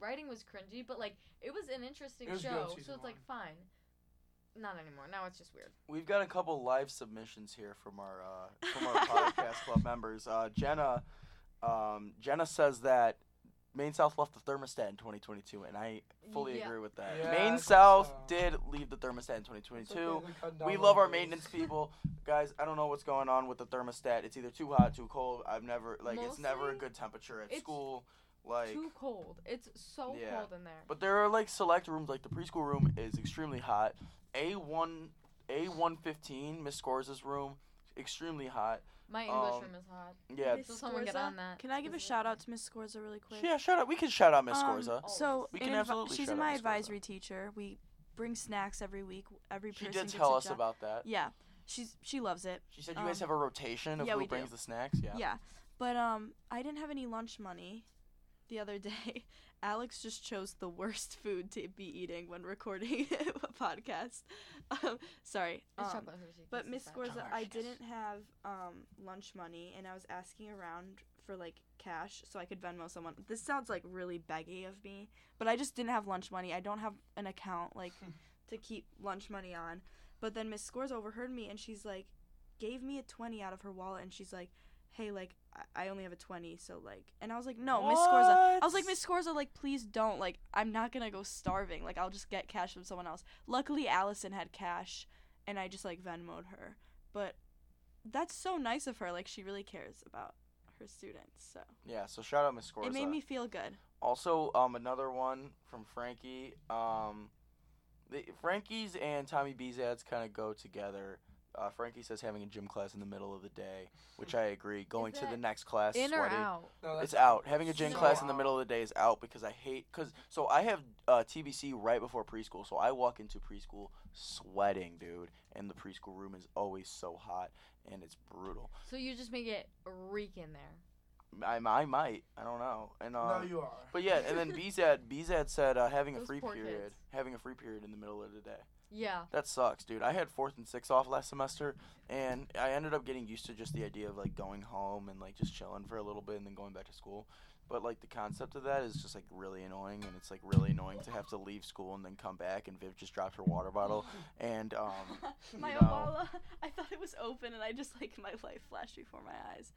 D: writing was cringy, but like it was an interesting
B: It was good,
D: show, so it's
B: season
D: like fine. Not anymore. Now it's just weird.
C: We've got a couple live submissions here from our uh, from our podcast club members. Uh, Jenna, um, Jenna says that Maine South left the thermostat in 2022, and I fully
D: Yeah.
C: agree with that.
B: Yeah, I
C: Maine
B: think
C: South
B: so.
C: did leave the thermostat in
B: It's okay,
C: 2022.
B: they're cutting down
C: We
B: on
C: love our
B: those.
C: maintenance people, guys. I don't know what's going on with the thermostat. It's either too hot, too cold. I've never like it's never a
D: Mostly,
C: good temperature at
D: it's
C: school. Like,
D: Too cold. It's so
C: Yeah.
D: cold in there.
C: but there are like select rooms. Like the preschool room is extremely hot. A one, A one fifteen, Miss Scores' room, extremely hot.
D: My English
C: um,
D: room is hot.
C: Yeah.
A: Miss
D: So someone get
A: Scorza?
D: on that.
A: Can I give a
D: This is
A: shout out to Miss Scorza really quick?
C: Yeah, shout out. We can shout out Miss
A: Um,
C: Scorza.
D: Oh,
A: So
D: We
A: in
C: can
A: adv-
C: absolutely
A: she's
C: shout
A: in
C: out
A: my
C: Miss Scorza.
A: advisory teacher. We bring snacks every week. Every
C: She
A: person
C: did
A: gets
C: tell
A: a
C: us
A: job.
C: about that.
A: Yeah, she's she loves it.
C: She said you guys
A: Um,
C: have a rotation of
A: yeah, we
C: who
A: do.
C: brings the snacks. Yeah.
A: Yeah. But um, I didn't have any lunch money the other day. Alex just chose the worst food to be eating when recording a podcast. Um, sorry.
D: It's
A: um,
D: chocolate Hershey
A: But
D: Kisses
A: Miss
D: that-
A: Scorza, I
C: Delicious.
A: didn't have um, lunch money, and I was asking around for like cash so I could Venmo someone. This sounds like really beggy of me, but I just didn't have lunch money. I don't have an account like to keep lunch money on. But then Miss Scores overheard me and she's like, gave me a 20 out of her wallet and she's like, hey, like, I- I only have a 20, so like, and I was like, no, Miss Scores, I was like, Miss Scorza, like, please don't. Like, I'm not gonna go starving. Like, I'll just get cash from someone else. Luckily, Allison had cash, and I just like Venmoed her. But that's so nice of her. Like, she really cares about her students. So
C: Yeah, so shout out Miss Scorza.
A: it made me feel good.
C: Also, um, another one from Frankie. Um, the, Frankie's and Tommy B's ads kind of go together. Uh, Frankie says having a gym class in the middle of the day, which I agree. Going to the
D: that
C: next class,
D: In or
C: sweaty.
D: out?
B: No,
C: It's
B: that's-
C: out. Having a gym
D: So
C: class in the middle of the day is out because I hate because so I have uh, TBC right before preschool, so I walk into preschool sweating, dude, and the preschool room is always so hot and it's brutal.
D: So you just make it reek in there.
C: I, I might I don't know and uh,
B: no, you are.
C: but yeah, and then Bzad Bzad said uh, having a
D: Those
C: free
D: poor
C: period,
D: kids.
C: having a free period in the middle of the day.
D: Yeah.
C: That sucks, dude. I had fourth and sixth off last semester, and I ended up getting used to just the idea of like going home and like just chilling for a little bit and then going back to school. But like the concept of that is just like really annoying, and it's like really annoying to have to leave school and then come back. And Viv just dropped her water bottle, and um,
A: my
C: No.
A: Obala, I thought it was open, and I just like my life flashed before my eyes.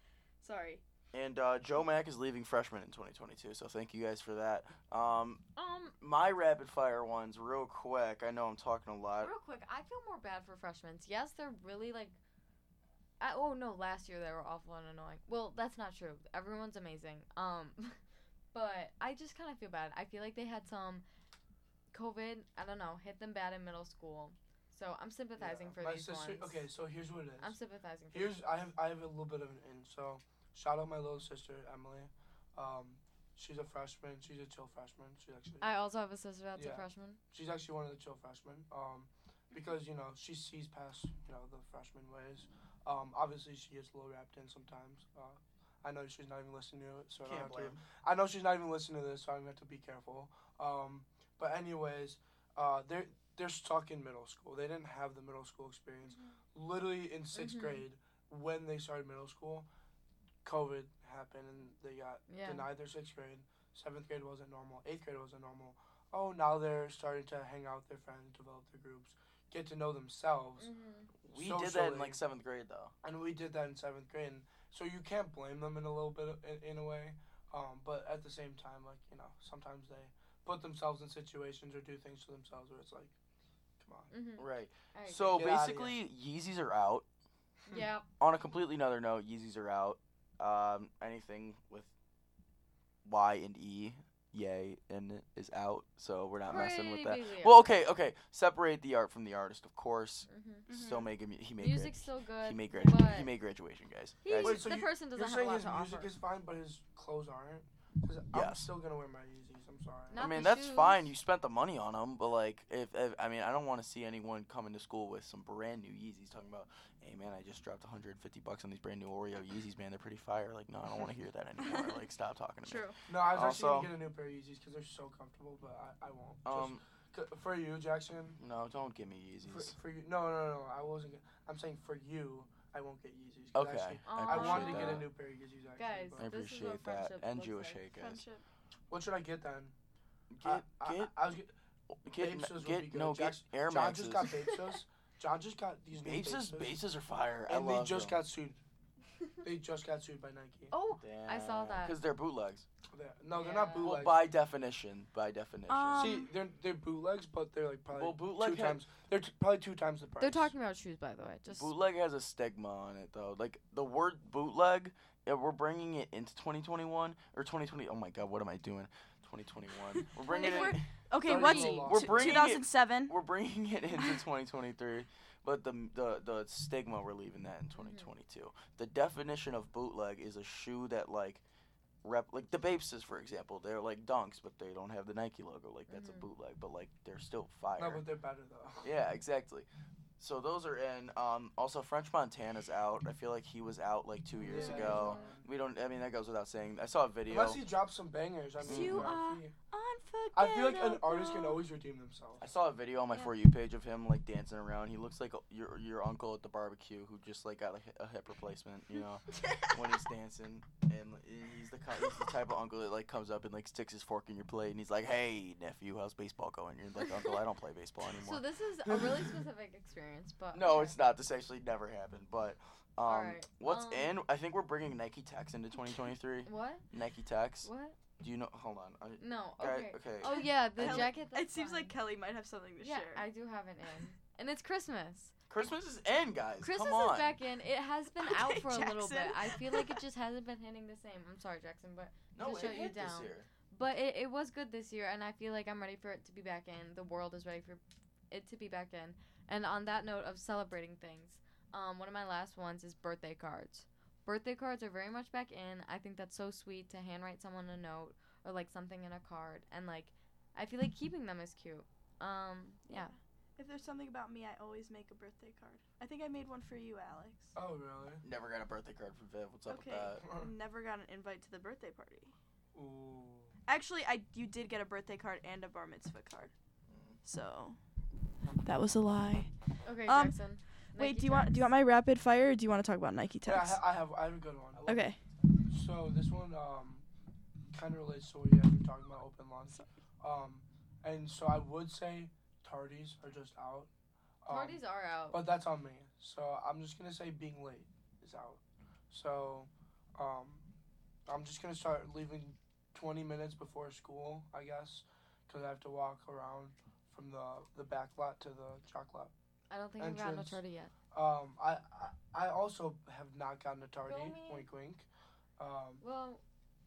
A: Sorry.
C: and uh, Joe Mack is leaving freshman in 2022. So thank you guys for that. Um,
D: Um,
C: my rapid fire ones, real quick. I know I'm talking a lot.
D: real quick, I feel more bad for freshmen. Yes, they're really like. I, oh no, last year they were awful and annoying. Well, that's not true. Everyone's amazing. Um, but I just kind of feel bad. I feel like they had some COVID. I don't know, hit them bad in middle school. So I'm sympathizing
B: Yeah.
D: for
B: My
D: these
B: sister,
D: ones.
B: Okay, so here's what it is.
D: I'm sympathizing. For
B: Here's
D: these.
B: I have I have a little bit of an in. So shout out my little sister Emily. Um, she's a freshman. She's a chill freshman. She's actually
D: I also have a sister that's
B: Yeah.
D: a freshman.
B: she's actually one of the chill freshmen. Um, because you know she sees past you know the freshman ways. Um, obviously she gets a little wrapped in sometimes. Uh, I know she's not even listening to it, so I don't
C: Can't
B: have to-
C: blame.
B: I know she's not even listening to this, so I'm gonna have to be careful. Um, but anyways, uh, they're they're stuck in middle school. They didn't have the middle school experience.
C: Mm-hmm.
B: Literally in 6th
D: Mhm.
B: grade, when they started middle school, COVID happened and they got
D: Yeah.
B: denied their sixth grade. Seventh grade wasn't normal. Eighth grade wasn't normal. Oh, now they're starting to hang out with their friends, develop their groups, get to know themselves.
D: Mm. Mm-hmm,
C: We did that in
B: socially.
C: like seventh grade though.
B: and we did that in seventh grade. And so you can't blame them in a little bit, in, in a way. Um, but at the same time, like you know, sometimes they put themselves in situations or do things to themselves where it's like, come on.
D: Mm-hmm.
C: Right.
D: I
C: So
B: Get outta
C: basically, Yeezys are out.
D: agree. yeah,
C: On a completely another note, Yeezys are out. Um, anything with Y and E, yay, and it is out. So we're not messing with that. Well, okay, okay. Separate the art from the artist, of course.
D: mm-hmm.
C: Still make him. He made.
D: music's
C: grad-
D: still good.
C: he made graduation.
D: but
C: He made graduation, guys.
D: he-
C: Guys,
B: Wait, so
D: the
B: you-
D: person
B: You're
D: doesn't have a
B: saying
D: lot
B: his
D: to offer.
B: music is fine, but his clothes aren't. Because I'm
C: Yes.
B: still gonna wear my Yeezys. I'm sorry.
D: Not
C: I mean
D: the
C: that's fine.
D: shoes.
C: You spent the money on them, but like, if, if I mean, I don't want to see anyone coming to school with some brand new Yeezys talking about, "Hey man, I just dropped 150 bucks on these brand new Oreo Yeezys, man. They're pretty fire." Like, no, I don't want to hear that anymore. like, stop talking to me.
B: No, I was
C: Also-
B: actually gonna get a new pair of Yeezys because they're so comfortable, but I, I won't. Just
C: Um,
B: c- for you, Jackson.
C: no, don't give me
B: For,
C: Yeezys.
B: for you, no, no, no, no. I wasn't. Gonna, I'm saying for you, I won't get Yeezys. 'cause
C: Okay,
B: actually,
D: I
B: I wanted to
C: appreciate
B: get a
C: that.
B: new pair of Yeezys actually.
D: Oh. Guys.
B: but-
D: This
C: I
D: is what
C: appreciate that.
D: friendship
C: And
D: looks
C: Jewish
D: like.
C: hate, guys.
A: Friendship.
B: What should I get then?
C: Get,
B: I,
C: get,
B: I, I was, g-
C: get,
B: Bape
C: ma-
B: shoes would be
C: get,
B: good.
C: no, get
B: Jackson-
C: Air
B: John just
C: Maxes.
B: got Bapesas. John just got these new
C: Bases,
B: Bapesas,
C: bases are fire. I
B: and they
C: love
B: just
C: them.
B: got sued. They just got sued by Nike.
D: oh, I saw that.
C: because they're bootlegs.
B: They- No, they're not
D: Yeah.
C: Well,
B: bootlegs.
C: by definition, by definition.
A: Um,
B: See, they're they're bootlegs, but they're like probably
C: well, bootleg
B: two
C: had-
B: times. They're t- probably two times the price.
D: They're talking about shoes, by the way. Just
C: bootleg has a stigma on it though. Like the word bootleg, if we're bringing it into 2021 or 2020. Oh my god, what am I doing? 2021. We're bringing
A: If
C: it. in-
A: Okay,
B: Sorry,
A: what's
B: it's a lot.
C: We're
A: t-
C: bringing it-
A: 2007?
C: We're bringing it into 2023, but the the the stigma we're leaving that in 2022. The definition of bootleg is a shoe that like rep like the Bapeses for example. They're like dunks, but they don't have the Nike logo. Like that's
D: Mhm.
C: a bootleg, but like they're still fire.
B: No, but they're better though.
C: Yeah, exactly. So those are in. Um, also, French Montana's out. I feel like he was out like two years
B: Yeah.
C: ago. We don't. I mean, that goes without saying. I saw a video.
B: Unless he drops some bangers, I mean,
C: You
B: you
D: uh,
B: know,
A: are-
B: if he-
A: On
B: I feel like an artist can always redeem themselves.
C: I saw a video on my
D: Yeah.
C: for you page of him like dancing around. He looks like a, your your uncle at the barbecue who just like got like, a hip replacement, you know, when he's dancing. And like, he's the kind, he's the type of uncle that like comes up and like sticks his fork in your plate and he's like, "Hey nephew, how's baseball going?" You're like, "Uncle, I don't play baseball
D: So
C: anymore."
D: this is a really specific experience, but
C: no,
D: okay.
C: it's not. This actually never happened. But um,
D: Alright,
C: what's
D: um,
C: in? I think we're bringing Nike Tex into 2023.
D: what?
C: Nike Tex.
D: What?
C: Do you know? Hold on. I,
D: No.
C: Alright,
D: Okay.
C: okay.
D: Oh yeah, the
A: Kelly-
D: jacket. That's
A: It seems
D: fine.
A: like Kelly might have something to
D: yeah,
A: share.
D: I do have an in, and it's Christmas.
C: Christmas is in, guys.
D: Christmas
C: Come on.
D: is back in. It has been out
A: Okay,
D: for a little bit.
A: Jackson.
D: I feel like it just hasn't been hitting the same. I'm sorry, Jackson, but to
C: No, it
D: shut you
C: hit this
D: down.
C: year.
D: but it, it was good this year, and I feel like I'm ready for it to be back in. The world is ready for it to be back in. And on that note of celebrating things, um, one of my last ones is birthday cards. Birthday cards are very much back in. I think that's so sweet to handwrite someone a note or like something in a card, and like I feel like keeping them is cute. Um, yeah.
A: If there's something about me, I always make a birthday card. I think I made one for you, Alex.
B: Oh really?
C: Never got a birthday card from Viv. What's up with
A: Okay.
B: Uh-huh.
C: that?
A: Never got an invite to the birthday party.
B: Ooh.
A: Actually, I you did get a birthday card and a bar mitzvah card. So that was a lie.
D: Okay,
A: Um,
D: Jackson.
A: Wait, do you want do you want my rapid fire or do you want to talk about Nike
B: Yeah, I,
A: Tex?
B: ha- I have I have a good one.
A: Okay.
B: So this one um kind of relates to what you guys were talking about open lunch. Um, and so I would say tardies are just out. Um,
D: Parties are out.
B: But that's on me. So I'm just gonna say being late is out. So, um, I'm just gonna start leaving 20 minutes before school, I guess, because I have to walk around from the the back lot to the chalk lot.
D: I don't think I've gotten a
B: entrance.
D: tardy yet.
B: Um, I I, I also have not gotten a tardy.
D: Go me.
B: Wink, wink. Um,
D: Well,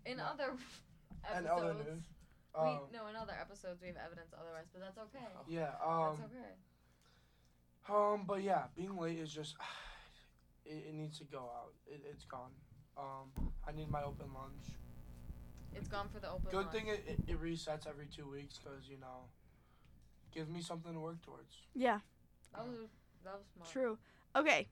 D: in
B: No.
D: other episodes,
B: and other news.
D: we,
B: Um,
D: no, in other episodes we have evidence otherwise, but that's okay.
B: yeah. Um,
D: that's okay.
B: Um, but yeah, being late is just it, it needs to go out. It, it's gone. Um, I need my open lunch.
D: It's gone for the open.
B: Good
D: lunch.
B: thing it, it, it resets every two weeks because you know, gives me something to work towards.
A: Yeah,
D: That was that was smart.
A: true. Okay.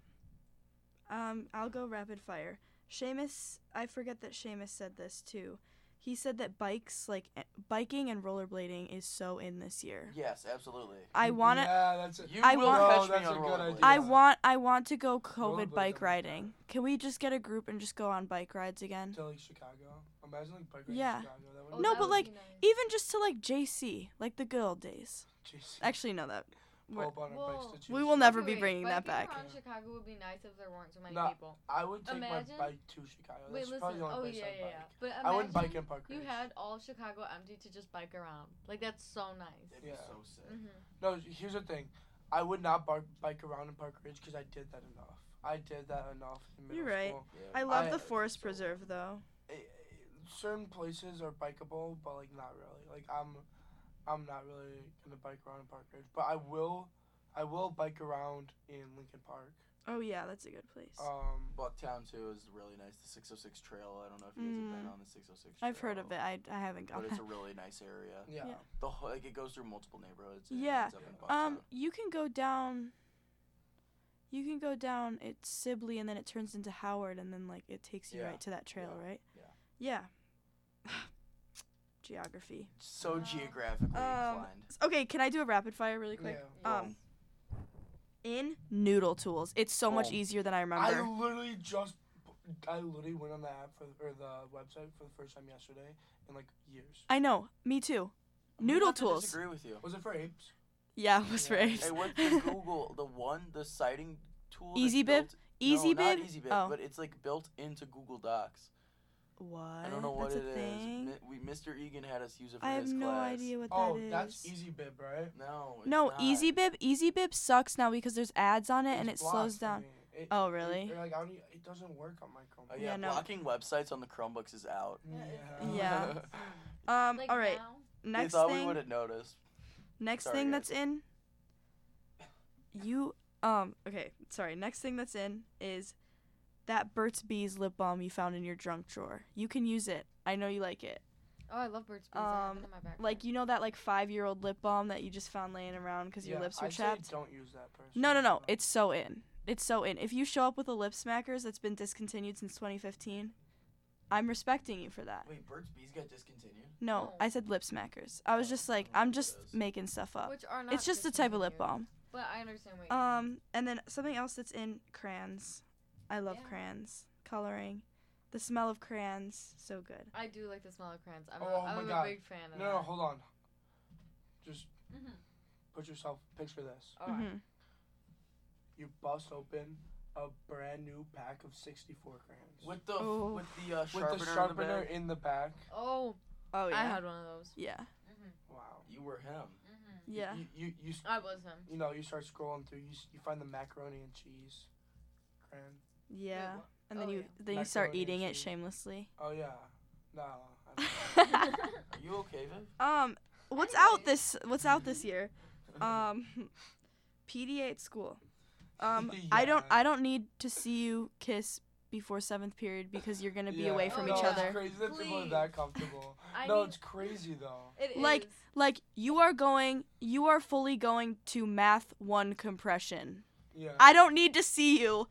A: Um, I'll go rapid fire. Seamus, I forget that Seamus said this too. He said that bikes, like eh, biking and rollerblading, is so in this year.
C: Yes, absolutely.
A: I
B: Mm-hmm.
A: wanna,
B: Yeah, that's it.
C: You
A: I
C: will
A: want- Oh,
B: No,
C: catch me
B: that's
C: on
B: a good
C: rollerblades.
B: idea.
A: I
B: Yeah.
A: want, I want to go
B: Rollerblades
A: COVID
B: are
A: bike
B: fun.
A: riding. Can we just get a group and just go on bike rides again?
B: To like Chicago. Imagine like bike riding
A: Yeah.
B: in Chicago. That
D: Oh,
B: would
A: No,
D: that
A: but,
D: would
A: like,
D: be nice.
A: Even just to like JC, like the good old days.
B: Jeez.
A: Actually, no, that
B: Pull up on our
D: Well,
B: bikes to
A: we
B: Chicago.
A: will never
D: Wait,
A: be
D: wait,
A: bringing that back.
D: Biking around Chicago would be nice if there weren't so many
B: No,
D: people.
B: I would take
D: Imagine-
B: my bike to Chicago. That's
D: Wait, listen.
B: probably the only
D: Oh
B: place
D: yeah,
B: I'd
D: yeah,
B: bike.
D: yeah. But imagine
B: I wouldn't bike in park.
D: you
B: race.
D: had all Chicago empty to just bike around. Like that's so nice.
C: It'd be
B: Yeah.
C: so sick.
D: hmm
B: No, here's the thing. I would not bar- bike around in Park Ridge because I did that enough. I did that enough. In middle
A: You're right.
B: School.
A: I
C: Yeah.
A: love
B: I-
A: the forest preserve though.
B: I- I- certain places are bikeable, but like not really. Like I'm, I'm not really gonna bike around in Park Ridge, but I will, I will bike around in Lincoln Park.
A: Oh yeah, that's a good place.
B: Um,
C: Bucktown too is really nice. The 606 trail. I don't know if you guys have been
A: Mm.
C: on the 606. Trail,
A: I've heard of it. I, I haven't
C: But
A: gone.
C: it's a really nice area.
B: yeah.
A: Yeah.
C: The whole, like it goes through multiple neighborhoods. And
A: Yeah.
C: It ends up in Bucktown.
A: Um, you can go down. You can go down. It's Sibley, and then it turns into Howard, and then like it takes you
C: Yeah,
A: right to that trail,
C: yeah,
A: right?
C: yeah.
A: Yeah. Geography.
C: so
D: Um,
C: geographically
A: um,
C: inclined.
A: S- Okay, can I do a rapid fire really quick?
B: Yeah.
A: Um, in noodle tools, it's so much
C: Oh.
A: easier than I
B: I
A: remember.
B: literally just, I literally went on the app for or the website for the first time yesterday in like years.
A: I, know. Me too. Noodle tools.
C: Disagree with you.
B: Was it for apes?
A: Yeah, it was
B: Yeah.
A: very
C: I went to Google the one the citing tool. that's
A: Easy Bib?
C: built-
A: easy
C: no,
A: bib.
C: Not easy bib,
A: oh.
C: but it's like built into Google Docs.
A: what?
C: I don't know what
A: That's
C: it
A: a
C: is.
A: thing.
C: Mi- We Mr. Egan had us use it for
A: I have
C: his
A: no
C: class.
A: idea what
B: oh,
A: that is.
B: that's Easy Bib, right?
C: No. it's
A: No,
C: not.
A: Easy Bib, Easy Bib sucks now because there's ads on it and it
B: It's
A: slows
B: blocked for
A: down.
B: me. It-
A: Oh,
B: it-
A: really?
B: or, like, I don't, e- it doesn't work on my Chromebook.
C: Oh, yeah,
A: Yeah, no.
C: blocking websites on the Chromebooks is out.
B: Yeah.
A: Yeah. Um.
D: Like
A: all right.
D: now?
A: Next
C: we thought we
A: thing.
C: would have noticed.
A: next
C: sorry,
A: thing
C: guys.
A: that's in. You um. Okay. Sorry. Next thing that's in is that Burt's Bees lip balm you found in your junk drawer. You can use it. I know you like it.
D: Oh, I love Burt's Bees. I have it
A: Um,
D: in my backpack.
A: Like you know that like five year old lip balm that you just found laying around because your
B: Yeah,
A: lips were
B: I'd say
A: chapped.
B: don't use that person.
A: No, no, no. It's so in. It's so in. If you show up with a lip smackers that's been discontinued since 2015, I'm respecting you for that.
C: Wait, Burt's Bees got discontinued.
A: No,
D: No.
A: I said lip smackers. I was
C: Oh,
A: just
C: I
A: like,
C: don't know
A: I'm
C: what
A: just
C: those-
A: making stuff up.
D: Which are not.
A: uh, It's just a type of lip balm.
D: discontinued, But I understand what you mean.
A: Um, and then something else that's in crayons. I love
D: Yeah.
A: crayons coloring. The smell of crayons, so good.
D: I do like the smell of crayons. I'm,
B: Oh
D: a,
B: my
D: I'm
B: God.
D: a big fan of
B: No, no, hold on. Just
D: that. Mhm.
B: put yourself. Picture this.
D: All right.
A: Mhm.
B: You bust open a brand new pack of 64 grams
C: With the f-
A: Oh.
C: with the uh, sharpener,
B: with the sharpener
C: In the bag.
B: in the back.
D: Oh,
A: Oh yeah.
D: I had one of those.
A: yeah.
D: hmm
B: Wow.
C: You were him.
D: hmm
A: Yeah.
B: You you you, s-
D: Mm-hmm. I was him.
B: you know you start scrolling through. You s- you find the macaroni and cheese. Grand.
A: Yeah.
D: what?
A: And then
D: Oh,
A: you
D: yeah.
A: then you start
B: Macaroni and
A: eating it
B: cheese.
A: shamelessly.
B: Oh yeah. No. I don't
C: Are you okay, Viv?
A: um, what's out
D: Anyways.
A: this what's out this year? Um, PDA at school. Um, I don't
B: Yeah.
A: I don't need to see you kiss before seventh period because you're gonna be
B: Yeah.
A: away
D: Oh,
A: from
B: no,
A: each
B: it's
A: other.
B: Crazy that people are
D: Please.
B: that comfortable.
D: I
B: no,
D: mean,
B: it's crazy though.
D: it
A: Like-
D: is.
A: Like you are going, you are fully going to math one compression.
B: Yeah.
A: I don't need to see you.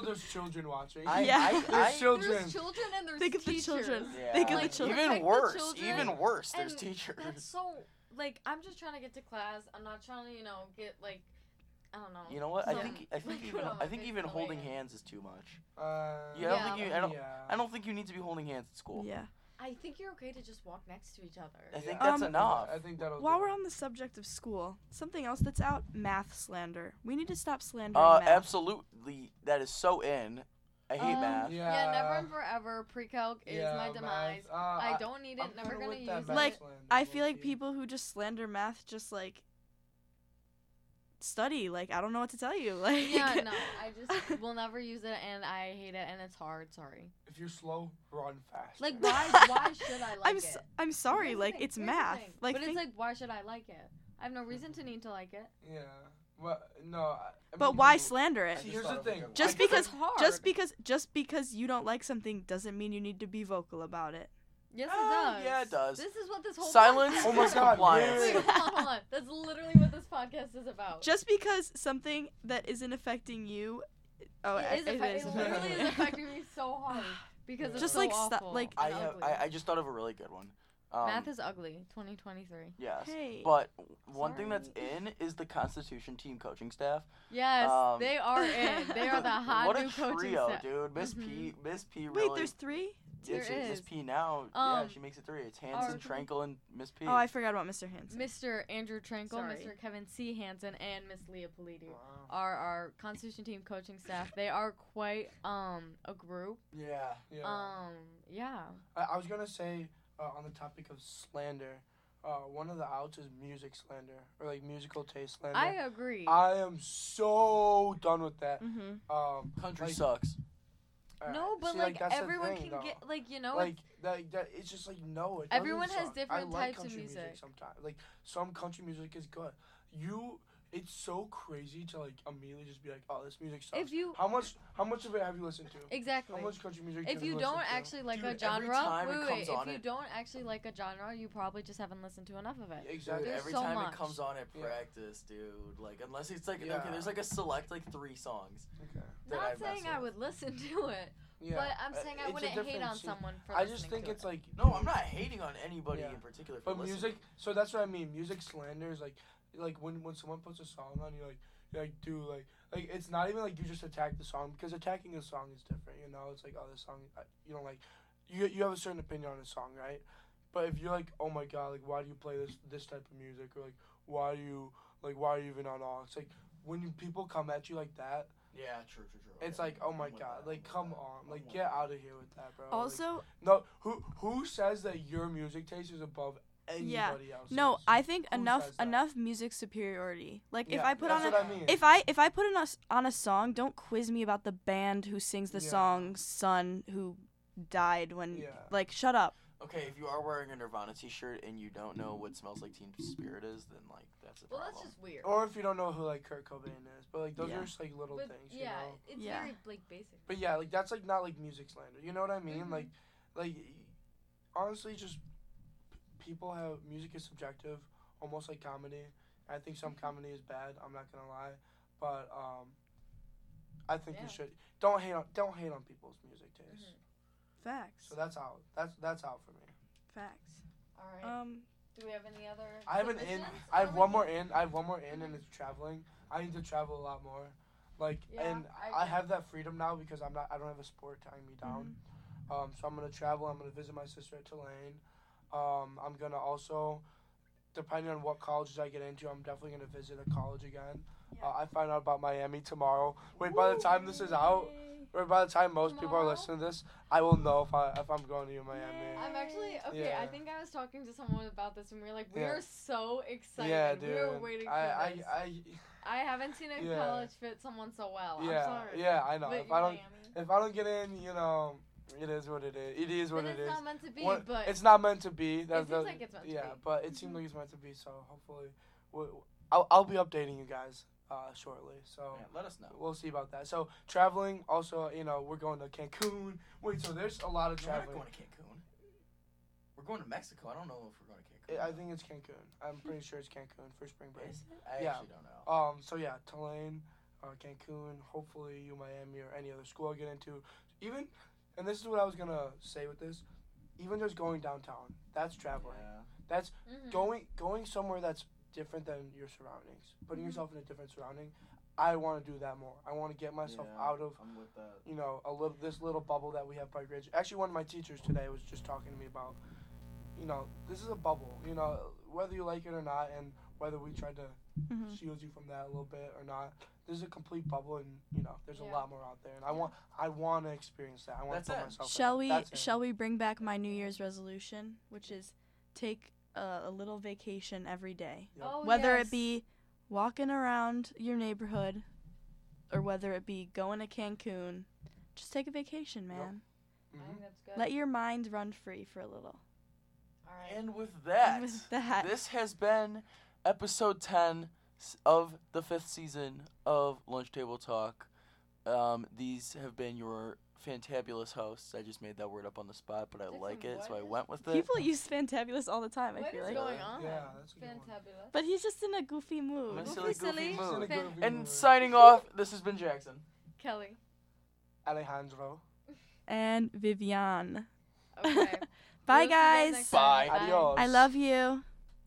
B: there's children watching.
C: I,
A: Yeah.
C: I,
B: there's
C: I-
B: children.
D: There's children and there's
A: Think of the
D: teachers.
A: children.
C: yeah.
A: Think of the
D: Like,
A: children.
D: protect
C: Even
D: the
C: worse.
D: children.
C: Even worse. There's
D: And
C: teachers.
D: That's so like I'm just trying to get to class. I'm not trying to you know get like I don't know.
C: You know what? I
D: some-
C: think I think
D: like,
C: even
D: oh,
C: I think
D: it's
C: even
D: the
C: holding
D: way- Uh-huh.
C: hands is too much.
B: Uh,
C: Yeah,
D: I don't
C: think you- I don't-
B: yeah.
C: I don't think you need to be holding hands at school.
A: Yeah.
D: I think you're okay to just walk next to each other.
C: I think
A: Yeah.
C: that's
A: Um,
C: enough.
B: I think that'll.
A: While
B: do
A: we're
B: it.
A: on the subject of school, something else that's out: math slander. We need to stop slandering
C: Uh,
A: math.
C: absolutely. That is so in. I hate
D: Um,
C: math.
B: Yeah.
D: Yeah, never and forever. Pre-calc is
B: Yeah,
D: my
B: math.
D: demise.
B: Uh,
D: I don't need it.
B: I'm
D: never
B: kinda
D: gonna
B: with
D: use
B: that
D: it.
B: math
A: Like,
B: slander,
A: I feel like
B: low-key.
A: people who just slander math just like study. Like I don't know what to tell you. Like
D: yeah, no, I just will never use it, and I hate it, and it's hard. Sorry.
B: If you're slow, run fast.
D: Like
A: that.
D: why? why should I like
A: I'm
D: it?
A: s am sorry.
D: Here's the
A: Like
D: thing,
A: it's
D: here's the
A: math.
D: thing.
A: Like,
D: but
A: think-
D: it's like why should I like it? I have no reason to need to like it.
B: Yeah. Well, no. I, I
A: but
B: mean,
A: why
B: you-
A: slander it?
B: See,
C: just
B: here's
C: thought
B: the
C: of a
B: thing.
C: good one.
A: Just
B: I
A: because-
B: couldn't-
D: hard.
A: Just because just because you don't like something doesn't mean you need to be vocal about it.
D: Yes, it
C: Ah,
D: does.
C: yeah, it does.
D: This is what this whole
C: Silence
D: podcast
B: Oh my
D: is
C: is
B: God,
C: compliance.
D: Wait,
B: yeah.
D: hold on, hold on. That's literally what this podcast is about.
A: Just because something that isn't affecting you. Oh,
D: it, is
A: I-
D: affect- it literally is affecting me so hard because it's
A: Just
D: so
A: like stu-
D: awful.
A: like-
C: I,
D: and
C: have,
D: ugly.
C: I I just thought of a really good one. Um,
D: math is ugly. 2023.
C: yes.
A: Hey.
C: But one thing that's
D: Sorry.
C: in is the Constitution team coaching staff.
D: Yes,
C: Um,
D: they are in. They are the hot
C: what
D: new
C: a
D: coaching
C: trio,
D: staff. Mm-hmm.
C: dude. Miss P, Miss P really.
A: Wait, there's three.
C: yeah,
D: there
C: she- Miss
D: is.
C: P now. yeah,
D: Um,
C: she makes it three. It's Hanson,
D: our-
C: Tranquil, and Miss P.
A: Oh, I forgot about Mr. Hanson.
D: Mr. Andrew Tranquil,
A: Sorry.
D: Mr. Kevin C. Hansen, and Miss Leah Politi
B: Wow.
D: are our Constitution team coaching staff. They are quite um a group.
C: yeah.
B: Yeah.
D: Um, yeah.
B: I, I was gonna say uh, on the topic of slander, uh, one of the outs is music slander or like musical taste slander.
D: I agree.
B: I am so done with that.
A: Mm-hmm.
B: Um,
C: Country
B: like,
C: sucks.
B: alright.
D: Mm. no, but
B: See,
D: like,
B: that's the
D: everyone
B: thing,
D: can
B: though.
D: get like you know
B: like that, that. It's just like no. It doesn't
D: Everyone has
B: suck. I
D: different
B: like
D: types of
B: country
D: music.
B: Sometimes, like some country music is good. You, it's so crazy to like immediately just be like, oh, this music sucks.
D: if you
B: how much? How much of it have you listened to?
D: exactly
B: How much country music?
D: if
B: have
D: you
B: listened
D: don't
B: to?
D: actually like
C: Dude,
D: a
C: every
D: genre,
C: time it
D: wait, wait,
C: comes on
D: if you
C: it-
D: don't actually like a genre, you probably just haven't listened to enough of it.
B: Exactly.
D: There's
C: every
D: so
C: time
D: much.
C: it comes on at
B: Yeah.
C: practice, dude. Like unless it's like
B: Yeah.
C: okay, there's like a select like three songs.
B: Okay.
C: that
D: Not
C: I
D: saying
C: wrestle
D: I
C: with.
D: would listen to it,
B: Yeah.
D: but I'm
B: Uh,
D: saying
B: it's
D: I
B: a
D: wouldn't hate
B: different
D: on
B: scene.
D: someone for
B: I
D: listening
B: just think
D: to
B: it's
D: it.
B: like
C: No, I'm not hating on anybody
B: Yeah.
C: in particular. For
B: But music, so that's what I mean. Music slander is like, like when when someone puts a song on, you like, you're like, dude, like, like it's not even like you just attack the song because attacking a song is different. You know, it's like, oh, this song, I- you know, like, you you have a certain opinion on a song, right? But if you're like, oh my god, like, why do you play this this type of music, or like, why do you like, why are you even on aux? Like, when you, people come at you like that,
C: Yeah, true, true, true.
B: it's
C: Okay,
B: like, oh
C: I'm
B: my
C: with
B: god,
C: that, I'm
B: like,
C: with
B: come
C: that,
B: on,
C: I'm
B: like,
C: with
B: get
C: that.
B: out of here with that, bro. Like,
A: Also,
B: no, who who says that your music taste is above anybody
A: Yeah.
B: else's?
A: no, I think
B: Who
A: enough
B: says that?
A: enough music superiority. Like if
B: Yeah,
A: I put
B: that's
A: on a
B: what I mean.
A: if I if I put on a, s- on a song, don't quiz me about the band who sings the
B: Yeah.
A: song "Son" who died when
B: Yeah.
A: like shut up.
C: Okay, if you are wearing a Nirvana T-shirt and you don't know what smells like Teen Spirit is, then like that's a
D: well,
C: problem.
D: that's just weird.
B: or if you don't know who like Kurt Cobain is, but like those
A: Yeah.
B: are just like little
D: but
B: things, you
D: yeah,
B: know.
D: it's
A: Yeah.
D: very like basic.
B: But yeah, like that's like not like music slander. You know what I mean?
D: Mhm.
B: Like, like honestly, just p- people have music is subjective, almost like comedy. I think some
D: Mm-hmm.
B: comedy is bad. I'm not gonna lie, but um, I think
D: Yeah. Mm-hmm.
B: you should don't hate on don't hate on people's music taste.
A: Facts.
B: So that's out. That's that's out for me.
A: Facts.
D: All
C: Uh,
D: right.
A: Um,
D: Do we have any other?
B: I have an in.
D: submissions?
B: I have
D: Or
B: one
D: we
B: more
D: can-
B: in. I have one more in, and it's traveling. I need to travel a lot more, like,
D: Yeah,
B: and
D: I
B: I, have that freedom now because I'm not. I don't have a sport tying me down.
D: Mm-hmm.
B: Um, so I'm gonna travel. I'm gonna visit my sister at Tulane. Um, I'm gonna also, depending on what colleges I get into, I'm definitely gonna visit a college again.
D: Yeah.
B: Uh, I find out about Miami tomorrow. Wait, by the time this is out,
D: Yay.
B: or by the time most people are
D: Tomorrow?
B: listening to this, I will know if I if I'm going to Miami.
D: I'm actually okay. I
B: Yeah.
D: think I was talking to someone about this, and we were like, we
B: Yeah.
D: are so excited.
B: Yeah, dude.
D: We were waiting for
B: I,
D: this.
B: I, I,
D: I haven't seen a
B: Yeah.
D: college fit someone so well.
B: yeah,
D: Oh, I'm sorry.
B: yeah, I know.
D: But
B: if I don't,
D: Miami.
B: if I don't get in, you know, it is what it is. It is what
D: Then
B: it
D: it's
B: is.
D: not meant to be,
B: What-
D: but
B: it's not meant to be. That's
D: seems
B: the-
D: like it's meant to
B: yeah,
D: be. Mm-hmm.
B: but it seems like it's meant to be. So hopefully, we, I'll I'll be updating you guys uh, shortly. So.
C: Yeah, let us know.
B: We'll see about that. So traveling, also, you know, we're going to Cancun. Wait, so there's a lot of
C: We're not
B: traveling.
C: going to Cancun. We're going to Mexico. I don't know if we're going to Cancun.
B: I I think it's Cancun. I'm pretty sure it's Cancun for spring break.
C: Is it? I
B: Yeah.
C: actually don't know.
B: Um, so yeah, Tulane, uh, Cancun, hopefully you Miami or any other school I get into. Even, and this is what I was gonna say with this, even just going downtown, that's traveling.
C: Yeah.
B: That's
D: Mhm.
B: going going somewhere that's different than your surroundings. Putting
D: Mhm.
B: yourself in a different surrounding. I want to do that more. I want to get myself
C: Yeah.
B: out of
C: I'm with that.
B: you know a little this little bubble that we have by grades. Actually, one of my teachers today was just talking to me about, you know, this is a bubble. You know, whether you like it or not, and whether we try to
A: mhm.
B: shields you from that a little bit or not. There's a complete bubble, and you know, there's
D: Yeah.
B: a lot more out there, and I
D: Yeah.
B: want, I want to experience that. I want
C: That's
B: to put
C: it.
B: myself.
A: Shall we?
B: in it.
A: Shall we bring back my New Year's resolution, which is take a, a little vacation every day,
B: Yep.
D: Oh,
A: whether
D: yes.
A: it be walking around your neighborhood, or whether it be going to Cancun. Just take a vacation,
B: Yep.
A: man.
B: we?
D: I think that's good.
A: Let your mind run free for a little.
D: All right.
C: And with that,
A: With that.
C: this has been episode 10 s- of the fifth season of Lunch Table Talk. Um, these have been your fantabulous hosts. I just made that word up on the spot, but I
D: Dixon,
C: like it, so
D: what
C: I
D: is-
C: went with it.
A: People use fantabulous all the time. I
D: What
A: feel
D: is
A: like,
D: going on?
B: Yeah, that's a good one.
D: Fantabulous.
A: but he's just in a goofy
C: I'm
A: mood.
C: a
D: Goofy
C: silly,
D: silly.
C: goofy mood.
D: Fan-
C: And signing off, this has been Jackson.
D: Kelly.
B: Alejandro.
A: And Vivian.
D: Okay. We'll see you
A: Bye,
D: guys
A: guys.
D: next time.
C: Bye.
B: Adios.
A: I love you.